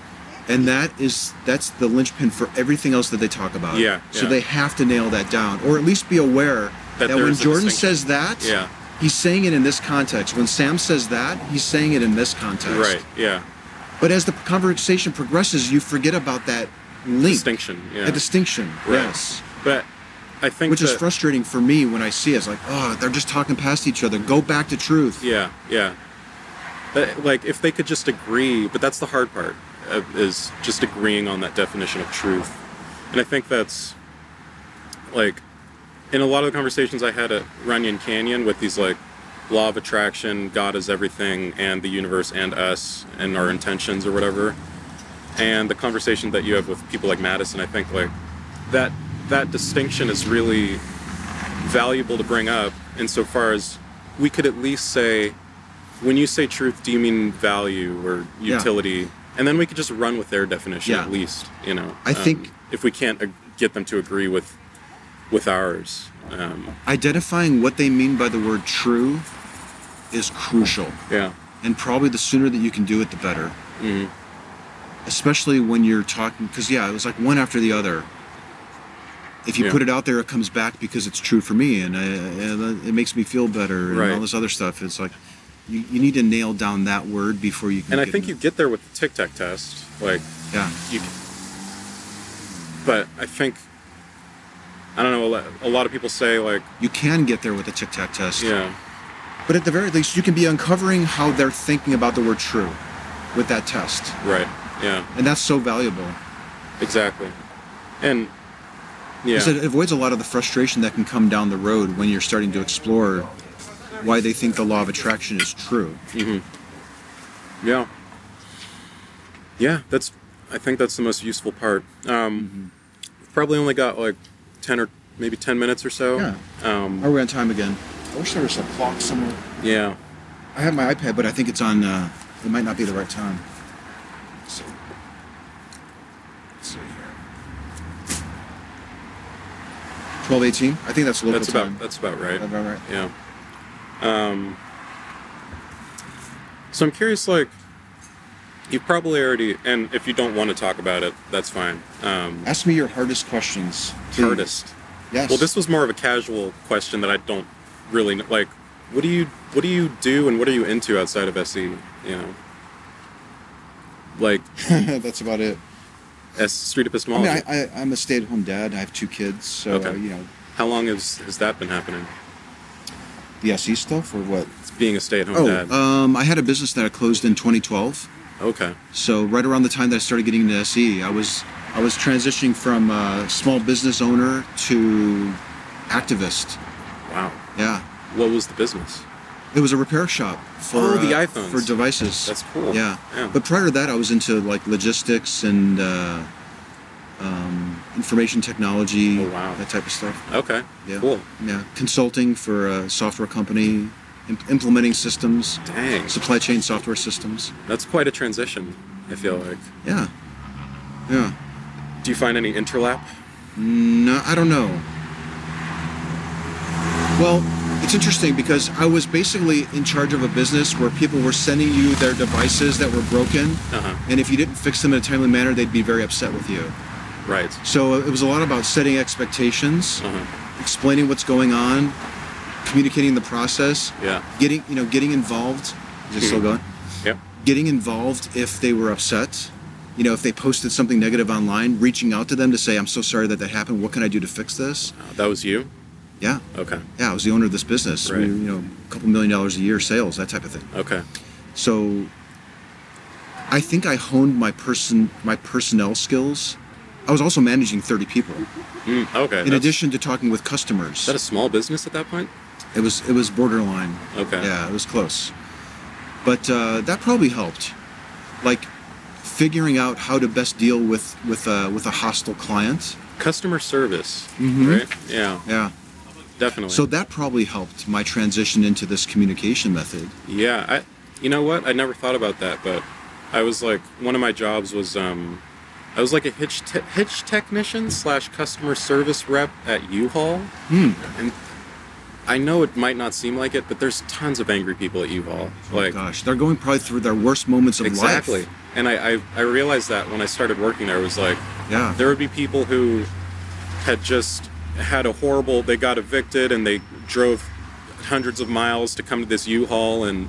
[SPEAKER 2] And that is that's the linchpin for everything else that they talk about.
[SPEAKER 3] Yeah,
[SPEAKER 2] So
[SPEAKER 3] yeah.
[SPEAKER 2] they have to nail that down or at least be aware
[SPEAKER 3] That
[SPEAKER 2] that,
[SPEAKER 3] there
[SPEAKER 2] when
[SPEAKER 3] is a
[SPEAKER 2] Jordan
[SPEAKER 3] distinction.
[SPEAKER 2] says that,
[SPEAKER 3] Yeah.
[SPEAKER 2] he's saying it in this context. When Sam says that, he's saying it in this context.
[SPEAKER 3] right, yeah,
[SPEAKER 2] But as the conversation progresses, you forget about that link.
[SPEAKER 3] distinction. Yeah,
[SPEAKER 2] A distinction.
[SPEAKER 3] Right.
[SPEAKER 2] Yes.
[SPEAKER 3] but I think
[SPEAKER 2] Which is
[SPEAKER 3] that-
[SPEAKER 2] frustrating for me when I see it. It's like, oh, they're just talking past each other. Go back to truth.
[SPEAKER 3] Yeah, yeah. But, like if they could just agree, but that's the hard part uh, is just agreeing on that definition of truth. And I think that's like in a lot of the conversations I had at Runyon Canyon with these like law of attraction, God is everything, and the universe and us and our intentions or whatever. And the conversation that you have with people like Madison, I think like that that distinction is really valuable to bring up insofar as we could at least say, when you say truth, do you mean value or
[SPEAKER 2] Yeah.
[SPEAKER 3] utility? And then we could just run with their definition
[SPEAKER 2] Yeah.
[SPEAKER 3] at least, you know.
[SPEAKER 2] I think-
[SPEAKER 3] if we can't uh, get them to agree with with ours, um,
[SPEAKER 2] Identifying what they mean by the word true is crucial.
[SPEAKER 3] yeah,
[SPEAKER 2] and probably the sooner that you can do it, the better.
[SPEAKER 3] Mm-hmm.
[SPEAKER 2] Especially when you're talking, because yeah, it was like one after the other. If you
[SPEAKER 3] Yeah.
[SPEAKER 2] put it out there, it comes back because it's true for me, and, I, and uh, it makes me feel better, and
[SPEAKER 3] Right.
[SPEAKER 2] all this other stuff. It's like you, you need to nail down that word before you can.
[SPEAKER 3] and I
[SPEAKER 2] get
[SPEAKER 3] think
[SPEAKER 2] in
[SPEAKER 3] you get there with the tic tac test, like
[SPEAKER 2] the- yeah,
[SPEAKER 3] you c- but I think I don't know. a lo- A lot of people say like,
[SPEAKER 2] you can get there with a tic tac test.
[SPEAKER 3] yeah,
[SPEAKER 2] But at the very least, you can be uncovering how they're thinking about the word true with that test,
[SPEAKER 3] right, yeah,
[SPEAKER 2] and that's so valuable.
[SPEAKER 3] exactly, and yeah,
[SPEAKER 2] Because it avoids a lot of the frustration that can come down the road when you're starting to explore why they think the law of attraction is true.
[SPEAKER 3] Yeah. Yeah, that's. I think that's the most useful part. Um,
[SPEAKER 2] Mm-hmm.
[SPEAKER 3] Probably only got like ten or maybe ten minutes or so.
[SPEAKER 2] Yeah.
[SPEAKER 3] Um,
[SPEAKER 2] Are we on time again? I wish there was a clock somewhere.
[SPEAKER 3] yeah.
[SPEAKER 2] I have my iPad, but I think it's on. Uh, it might not be the right time. So, let's see here. Twelve eighteen. I think that's local
[SPEAKER 3] That's about.
[SPEAKER 2] time.
[SPEAKER 3] That's about right.
[SPEAKER 2] That's about right.
[SPEAKER 3] Yeah. Um, so I'm curious, like, you probably already, and if you don't want to talk about it, that's fine. Um,
[SPEAKER 2] Ask me your hardest questions. please.
[SPEAKER 3] hardest.
[SPEAKER 2] Yes.
[SPEAKER 3] Well, this was more of a casual question that I don't really kn- like. What do you What do you do, and what are you into outside of SE? You know, like
[SPEAKER 2] [laughs] that's about it.
[SPEAKER 3] S street
[SPEAKER 2] I mean,
[SPEAKER 3] epistemology.
[SPEAKER 2] I, I, I'm a stay-at-home dad. I have two kids, so
[SPEAKER 3] Oh, Okay.
[SPEAKER 2] you know,
[SPEAKER 3] How long has has that been happening?
[SPEAKER 2] the SE stuff or what?
[SPEAKER 3] It's being a stay at home
[SPEAKER 2] Oh,
[SPEAKER 3] dad.
[SPEAKER 2] um, I had a business that I closed in 2012.
[SPEAKER 3] okay.
[SPEAKER 2] So right around the time that I started getting into SE, I was I was transitioning from uh, small business owner to activist.
[SPEAKER 3] Wow.
[SPEAKER 2] Yeah,
[SPEAKER 3] What was the business?
[SPEAKER 2] it was a repair shop for
[SPEAKER 3] Oh, the
[SPEAKER 2] uh,
[SPEAKER 3] iPhones.
[SPEAKER 2] for devices.
[SPEAKER 3] That's cool.
[SPEAKER 2] Yeah.
[SPEAKER 3] Yeah.
[SPEAKER 2] but prior to that, I was into like logistics and uh, um, information technology,
[SPEAKER 3] Oh, wow.
[SPEAKER 2] that type of stuff.
[SPEAKER 3] Okay.
[SPEAKER 2] Yeah.
[SPEAKER 3] Cool.
[SPEAKER 2] Yeah, consulting for a software company, im- implementing systems,
[SPEAKER 3] Dang.
[SPEAKER 2] supply chain software systems.
[SPEAKER 3] That's quite a transition. I feel like.
[SPEAKER 2] Yeah, yeah.
[SPEAKER 3] Do you find any interlap?
[SPEAKER 2] No, I don't know. Well, it's interesting because I was basically in charge of a business where people were sending you their devices that were broken,
[SPEAKER 3] Uh huh.
[SPEAKER 2] and if you didn't fix them in a timely manner, they'd be very upset with you.
[SPEAKER 3] Right.
[SPEAKER 2] So it was a lot about setting expectations,
[SPEAKER 3] Uh huh.
[SPEAKER 2] explaining what's going on, communicating the process,
[SPEAKER 3] Yeah.
[SPEAKER 2] getting you know getting involved. Is it still
[SPEAKER 3] Mhm.
[SPEAKER 2] going?
[SPEAKER 3] Yep.
[SPEAKER 2] Getting involved if they were upset. You know, if they posted something negative online, reaching out to them to say, "I'm so sorry that that happened. What can I do to fix this?"
[SPEAKER 3] Uh, that was you.
[SPEAKER 2] Yeah,
[SPEAKER 3] Okay.
[SPEAKER 2] yeah. I was the owner of this business. We,
[SPEAKER 3] Right.
[SPEAKER 2] you know, a couple million dollars a year sales, that type of thing.
[SPEAKER 3] Okay.
[SPEAKER 2] So, I think I honed my person, my personnel skills. I was also managing 30 people
[SPEAKER 3] Mm, okay.
[SPEAKER 2] in
[SPEAKER 3] that's-
[SPEAKER 2] addition to talking with customers.
[SPEAKER 3] Is that a small business at that point?
[SPEAKER 2] it was it was borderline.
[SPEAKER 3] Okay.
[SPEAKER 2] Yeah, it was close. But uh, that probably helped, like figuring out how to best deal with with uh, with a hostile client.
[SPEAKER 3] Customer service,
[SPEAKER 2] Mhm.
[SPEAKER 3] right? Yeah,
[SPEAKER 2] Yeah.
[SPEAKER 3] definitely.
[SPEAKER 2] So that probably helped my transition into this communication method.
[SPEAKER 3] yeah, I, you know what? I never thought about that, but I was like, one of my jobs was, um, I was like a hitch te- hitch technician slash customer service rep at U-Haul,
[SPEAKER 2] Hmm.
[SPEAKER 3] and I know it might not seem like it, but there's tons of angry people at U-Haul. Like,
[SPEAKER 2] Gosh, they're going probably through their worst moments of
[SPEAKER 3] exactly.
[SPEAKER 2] life.
[SPEAKER 3] And I, I I realized that when I started working there, I was like,
[SPEAKER 2] Yeah.
[SPEAKER 3] there would be people who had just had a horrible they got evicted and they drove hundreds of miles to come to this u-haul and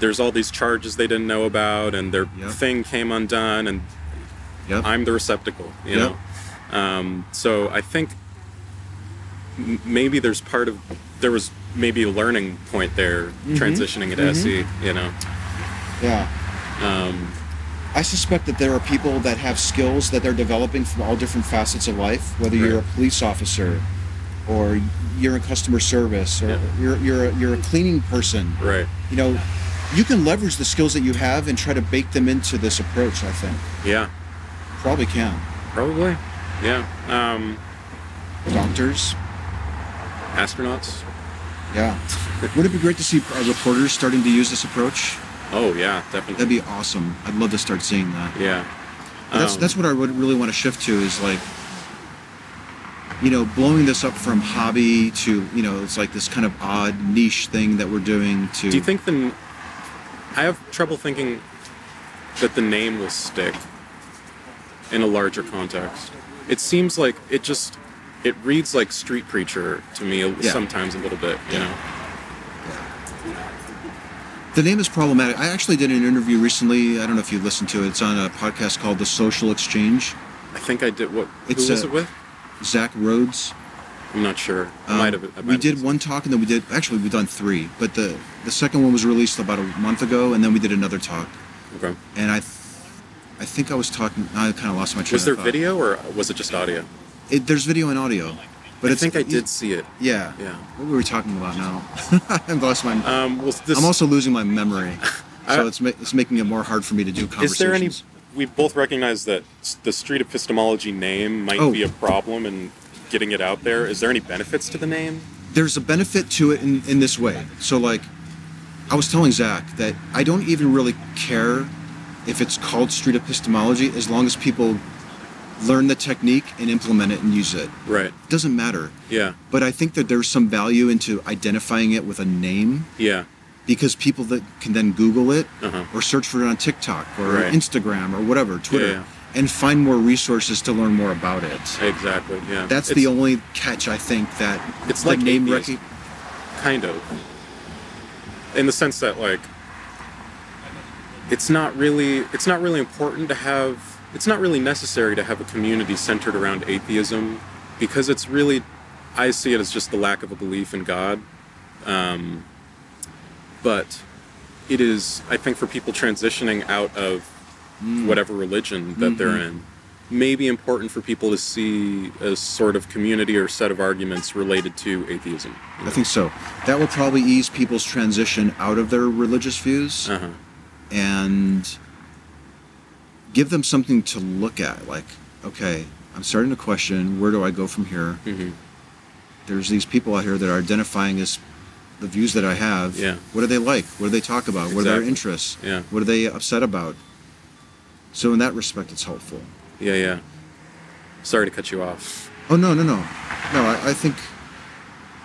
[SPEAKER 3] there's all these charges they didn't know about and their
[SPEAKER 2] Yeah.
[SPEAKER 3] thing came undone and
[SPEAKER 2] Yep.
[SPEAKER 3] i'm the receptacle you
[SPEAKER 2] Yeah.
[SPEAKER 3] know um, so i think m- maybe there's part of there was maybe a learning point there
[SPEAKER 2] Mm-hmm.
[SPEAKER 3] transitioning at se you know
[SPEAKER 2] yeah.
[SPEAKER 3] um,
[SPEAKER 2] I suspect that there are people that have skills that they're developing from all different facets of life, whether you're a
[SPEAKER 3] Right.
[SPEAKER 2] police officer or you're in customer service or
[SPEAKER 3] Yeah.
[SPEAKER 2] you're, you're, a, you're a cleaning person.
[SPEAKER 3] right
[SPEAKER 2] You know, you can leverage the skills that you have and try to bake them into this approach, I think.
[SPEAKER 3] yeah
[SPEAKER 2] Probably can.
[SPEAKER 3] probably yeah um,
[SPEAKER 2] Doctors,
[SPEAKER 3] astronauts
[SPEAKER 2] Yeah. Would it be great to see uh, reporters starting to use this approach?
[SPEAKER 3] Oh yeah, definitely.
[SPEAKER 2] That'd be awesome. I'd love to start seeing that.
[SPEAKER 3] yeah.
[SPEAKER 2] That's
[SPEAKER 3] Um,
[SPEAKER 2] that's what I would really want to shift to is like, you know, blowing this up from hobby to you know it's like this kind of odd niche thing that we're doing. To
[SPEAKER 3] Do you think the? n- I have trouble thinking that the name will stick in a larger context. It seems like it just it reads like street preacher to me
[SPEAKER 2] Yeah.
[SPEAKER 3] sometimes a little bit. You know.
[SPEAKER 2] the name is problematic? I actually did an interview recently. I don't know if you listened to it. It's on a podcast called The Social Exchange.
[SPEAKER 3] I think I did. What?
[SPEAKER 2] It's uh,
[SPEAKER 3] who was
[SPEAKER 2] a-
[SPEAKER 3] it with?
[SPEAKER 2] Zach Rhodes.
[SPEAKER 3] I'm not sure.
[SPEAKER 2] Um,
[SPEAKER 3] might have. I might
[SPEAKER 2] we
[SPEAKER 3] have
[SPEAKER 2] did
[SPEAKER 3] missed-
[SPEAKER 2] one talk, and then we did actually we've done three, but the the second one was released about a month ago, and then we did another talk,
[SPEAKER 3] Okay.
[SPEAKER 2] and I. Th- I think I was talking. I kind of lost my train.
[SPEAKER 3] Was
[SPEAKER 2] of
[SPEAKER 3] there
[SPEAKER 2] thought.
[SPEAKER 3] video or was it just audio?
[SPEAKER 2] It, there's video and audio, but
[SPEAKER 3] I
[SPEAKER 2] it's,
[SPEAKER 3] think I did see it.
[SPEAKER 2] Yeah.
[SPEAKER 3] Yeah.
[SPEAKER 2] What were we talking about now? [laughs] I've lost my.
[SPEAKER 3] Um, well, this,
[SPEAKER 2] I'm also losing my memory,
[SPEAKER 3] [laughs] I-
[SPEAKER 2] so it's ma- it's making it more hard for me to do conversations.
[SPEAKER 3] Is there any? We both recognize that s- the street epistemology name might
[SPEAKER 2] Oh.
[SPEAKER 3] be a problem in getting it out there. Is there any benefits to the name?
[SPEAKER 2] there's a benefit to it in, in this way. So like I was telling Zach that I don't even really care if it's called street epistemology as long as people learn the technique and implement it and use it.
[SPEAKER 3] Right.
[SPEAKER 2] It doesn't matter.
[SPEAKER 3] Yeah.
[SPEAKER 2] But I think that there's some value into identifying it with a name
[SPEAKER 3] Yeah.
[SPEAKER 2] because people that can then Google it
[SPEAKER 3] Uh-huh.
[SPEAKER 2] or search for it on TikTok or
[SPEAKER 3] Right.
[SPEAKER 2] Instagram or whatever, Twitter,
[SPEAKER 3] yeah.
[SPEAKER 2] and find more resources to learn more about it.
[SPEAKER 3] Exactly. Yeah.
[SPEAKER 2] That's
[SPEAKER 3] It's
[SPEAKER 2] the only catch I think that
[SPEAKER 3] It's
[SPEAKER 2] the
[SPEAKER 3] like
[SPEAKER 2] name
[SPEAKER 3] atheist.
[SPEAKER 2] recog-
[SPEAKER 3] kind of in the sense that like it's not really it's not really important to have it's not really necessary to have a community centered around atheism because it's really I see it as just the lack of a belief in God um, but it is I think for people transitioning out of whatever religion that they're in may be important for people to see a sort of community or set of arguments related to atheism
[SPEAKER 2] I think so. That will probably ease people's transition out of their religious views
[SPEAKER 3] uh-huh
[SPEAKER 2] and give them something to look at. Like, okay, I'm starting to question where do I go from here?
[SPEAKER 3] Mhm.
[SPEAKER 2] There's these people out here that are identifying as the views that I have.
[SPEAKER 3] Yeah.
[SPEAKER 2] What do they like? What do they talk about? What are their
[SPEAKER 3] Exactly.
[SPEAKER 2] interests?
[SPEAKER 3] Yeah.
[SPEAKER 2] What are they upset about? So, in that respect, it's helpful.
[SPEAKER 3] Yeah, yeah. Sorry to cut you off.
[SPEAKER 2] Oh no, no, no, no. I, I think,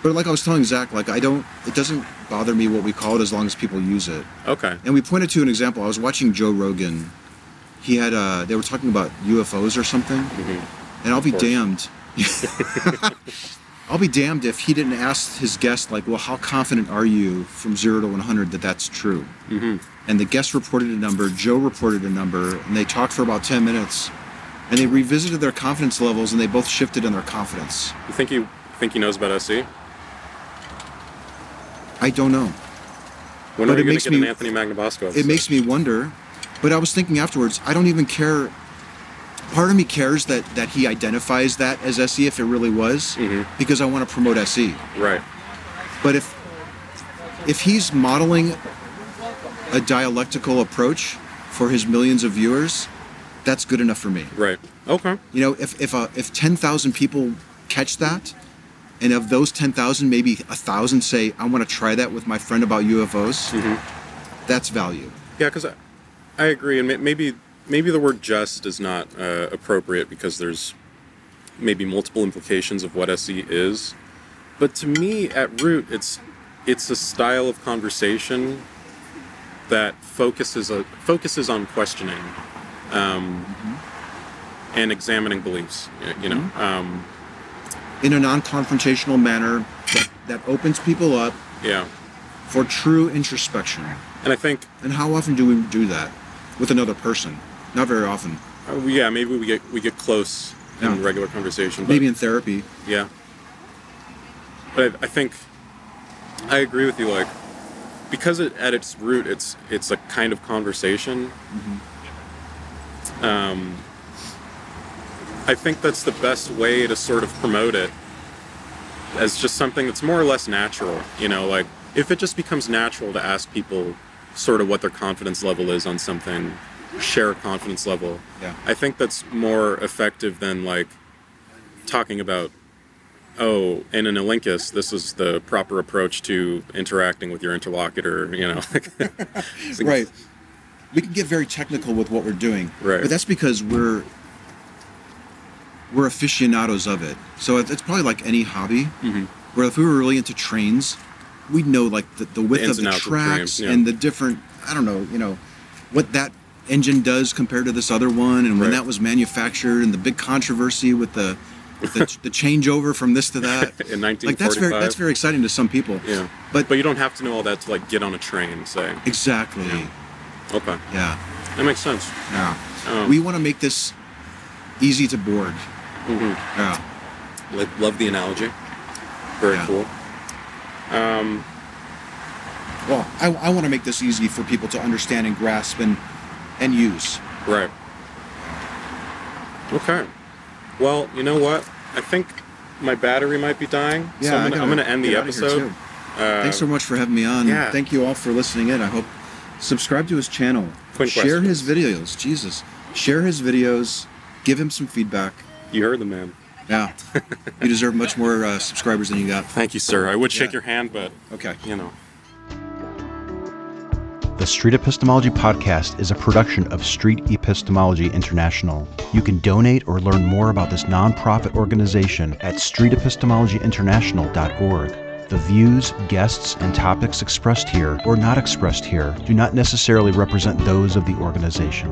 [SPEAKER 2] but like I was telling Zach, like I don't. It doesn't bother me what we call it as long as people use it.
[SPEAKER 3] Okay.
[SPEAKER 2] And we pointed to an example. I was watching Joe Rogan. He had. Uh, they were talking about UFOs or something. And I'll be
[SPEAKER 3] course.
[SPEAKER 2] damned. [laughs] I'll be damned if he didn't ask his guest, like, well, how confident are you from zero to 100 that that's true? Mm-hmm. And the guest reported a number, Joe reported a number, and they talked for about 10 minutes. And they revisited their confidence levels and they both shifted in their confidence.
[SPEAKER 3] You think he think he knows about E? SE?
[SPEAKER 2] I don't know.
[SPEAKER 3] When
[SPEAKER 2] But
[SPEAKER 3] are we
[SPEAKER 2] it
[SPEAKER 3] going
[SPEAKER 2] makes
[SPEAKER 3] to get
[SPEAKER 2] me-
[SPEAKER 3] an Anthony Magnabosco?
[SPEAKER 2] it makes me wonder but i was thinking afterwards i don't even care part of me cares that that he identifies that as se if it really was because i want to promote se
[SPEAKER 3] right.
[SPEAKER 2] but if if he's modeling a dialectical approach for his millions of viewers that's good enough for me
[SPEAKER 3] Right. Okay.
[SPEAKER 2] you know if if, a, if 10000 people catch that and of those 10000 maybe 1000 say i want to try that with my friend about ufos that's value
[SPEAKER 3] Yeah, because I, I agree, and ma- maybe maybe the word just is not uh, appropriate because there's maybe multiple implications of what SE is. But to me, at root, it's it's a style of conversation that focuses a, focuses on questioning um, and examining beliefs. y- You know,
[SPEAKER 2] Mm-hmm.
[SPEAKER 3] um,
[SPEAKER 2] in a non-confrontational manner that, that opens people up
[SPEAKER 3] yeah,
[SPEAKER 2] for true introspection.
[SPEAKER 3] and I think
[SPEAKER 2] And how often do we do that with another person? Not very often.
[SPEAKER 3] uh, yeah, maybe we get we get close in
[SPEAKER 2] Yeah.
[SPEAKER 3] regular conversation. but-
[SPEAKER 2] Maybe in therapy.
[SPEAKER 3] Yeah. But I, I think I agree with you. Like, because it, at its root, it's it's a kind of conversation. Um, I think that's the best way to sort of promote it as just something that's more or less natural. You know, like if it just becomes natural to ask people sort of what their confidence level is on something, share a confidence level.
[SPEAKER 2] Yeah.
[SPEAKER 3] I think that's more effective than like talking about oh, in an elenchus, this is the proper approach to interacting with your interlocutor. You know, [laughs] It's like-
[SPEAKER 2] right. We can get very technical with what we're doing,
[SPEAKER 3] Right.
[SPEAKER 2] But that's because we're we're aficionados of it. So it's it's probably like any hobby.
[SPEAKER 3] Mm-hmm.
[SPEAKER 2] Where if we were really into trains, we'd know like the, the width of
[SPEAKER 3] ins and
[SPEAKER 2] the
[SPEAKER 3] outs of the train,
[SPEAKER 2] tracks
[SPEAKER 3] yeah.
[SPEAKER 2] and the different. I don't know, you know, what that engine does compared to this other one, and when
[SPEAKER 3] Right.
[SPEAKER 2] that was manufactured, and the big controversy with the with
[SPEAKER 3] [laughs]
[SPEAKER 2] the, the changeover from this to that.
[SPEAKER 3] In
[SPEAKER 2] like that's very
[SPEAKER 3] 1945.
[SPEAKER 2] that's very exciting to some people.
[SPEAKER 3] Yeah.
[SPEAKER 2] but,
[SPEAKER 3] But you don't have to know all that to like get on a train. Say,
[SPEAKER 2] exactly.
[SPEAKER 3] okay,
[SPEAKER 2] yeah.
[SPEAKER 3] that makes sense.
[SPEAKER 2] Yeah.
[SPEAKER 3] Um,
[SPEAKER 2] we want to make this easy to board.
[SPEAKER 3] Mhm.
[SPEAKER 2] Yeah.
[SPEAKER 3] Lo- Love the analogy. Very
[SPEAKER 2] Yeah.
[SPEAKER 3] cool. Um,
[SPEAKER 2] Well, I, I want to make this easy for people to understand and grasp and and use.
[SPEAKER 3] right. Okay. Well, you know what? I think my battery might be dying, so
[SPEAKER 2] I
[SPEAKER 3] I'm gonna,
[SPEAKER 2] gotta
[SPEAKER 3] I'm gonna end the
[SPEAKER 2] get outta here,
[SPEAKER 3] episode. Uh,
[SPEAKER 2] too. Thanks so much for having me on.
[SPEAKER 3] yeah.
[SPEAKER 2] Thank you all for listening in. I hope subscribe to his channel.
[SPEAKER 3] Quick
[SPEAKER 2] Share
[SPEAKER 3] question.
[SPEAKER 2] his videos. Jesus. Share his videos. Give him some feedback.
[SPEAKER 3] You heard the man. [laughs]
[SPEAKER 2] Yeah. you deserve much more uh, subscribers than you got.
[SPEAKER 3] Thank you, sir. I would shake
[SPEAKER 2] Yeah.
[SPEAKER 3] your hand, but
[SPEAKER 2] Okay.
[SPEAKER 3] you know.
[SPEAKER 1] The Street Epistemology Podcast is a production of Street Epistemology International. You can donate or learn more about this nonprofit organization at streetepistemologyinternational.org. The views, guests, and topics expressed here or not expressed here do not necessarily represent those of the organization.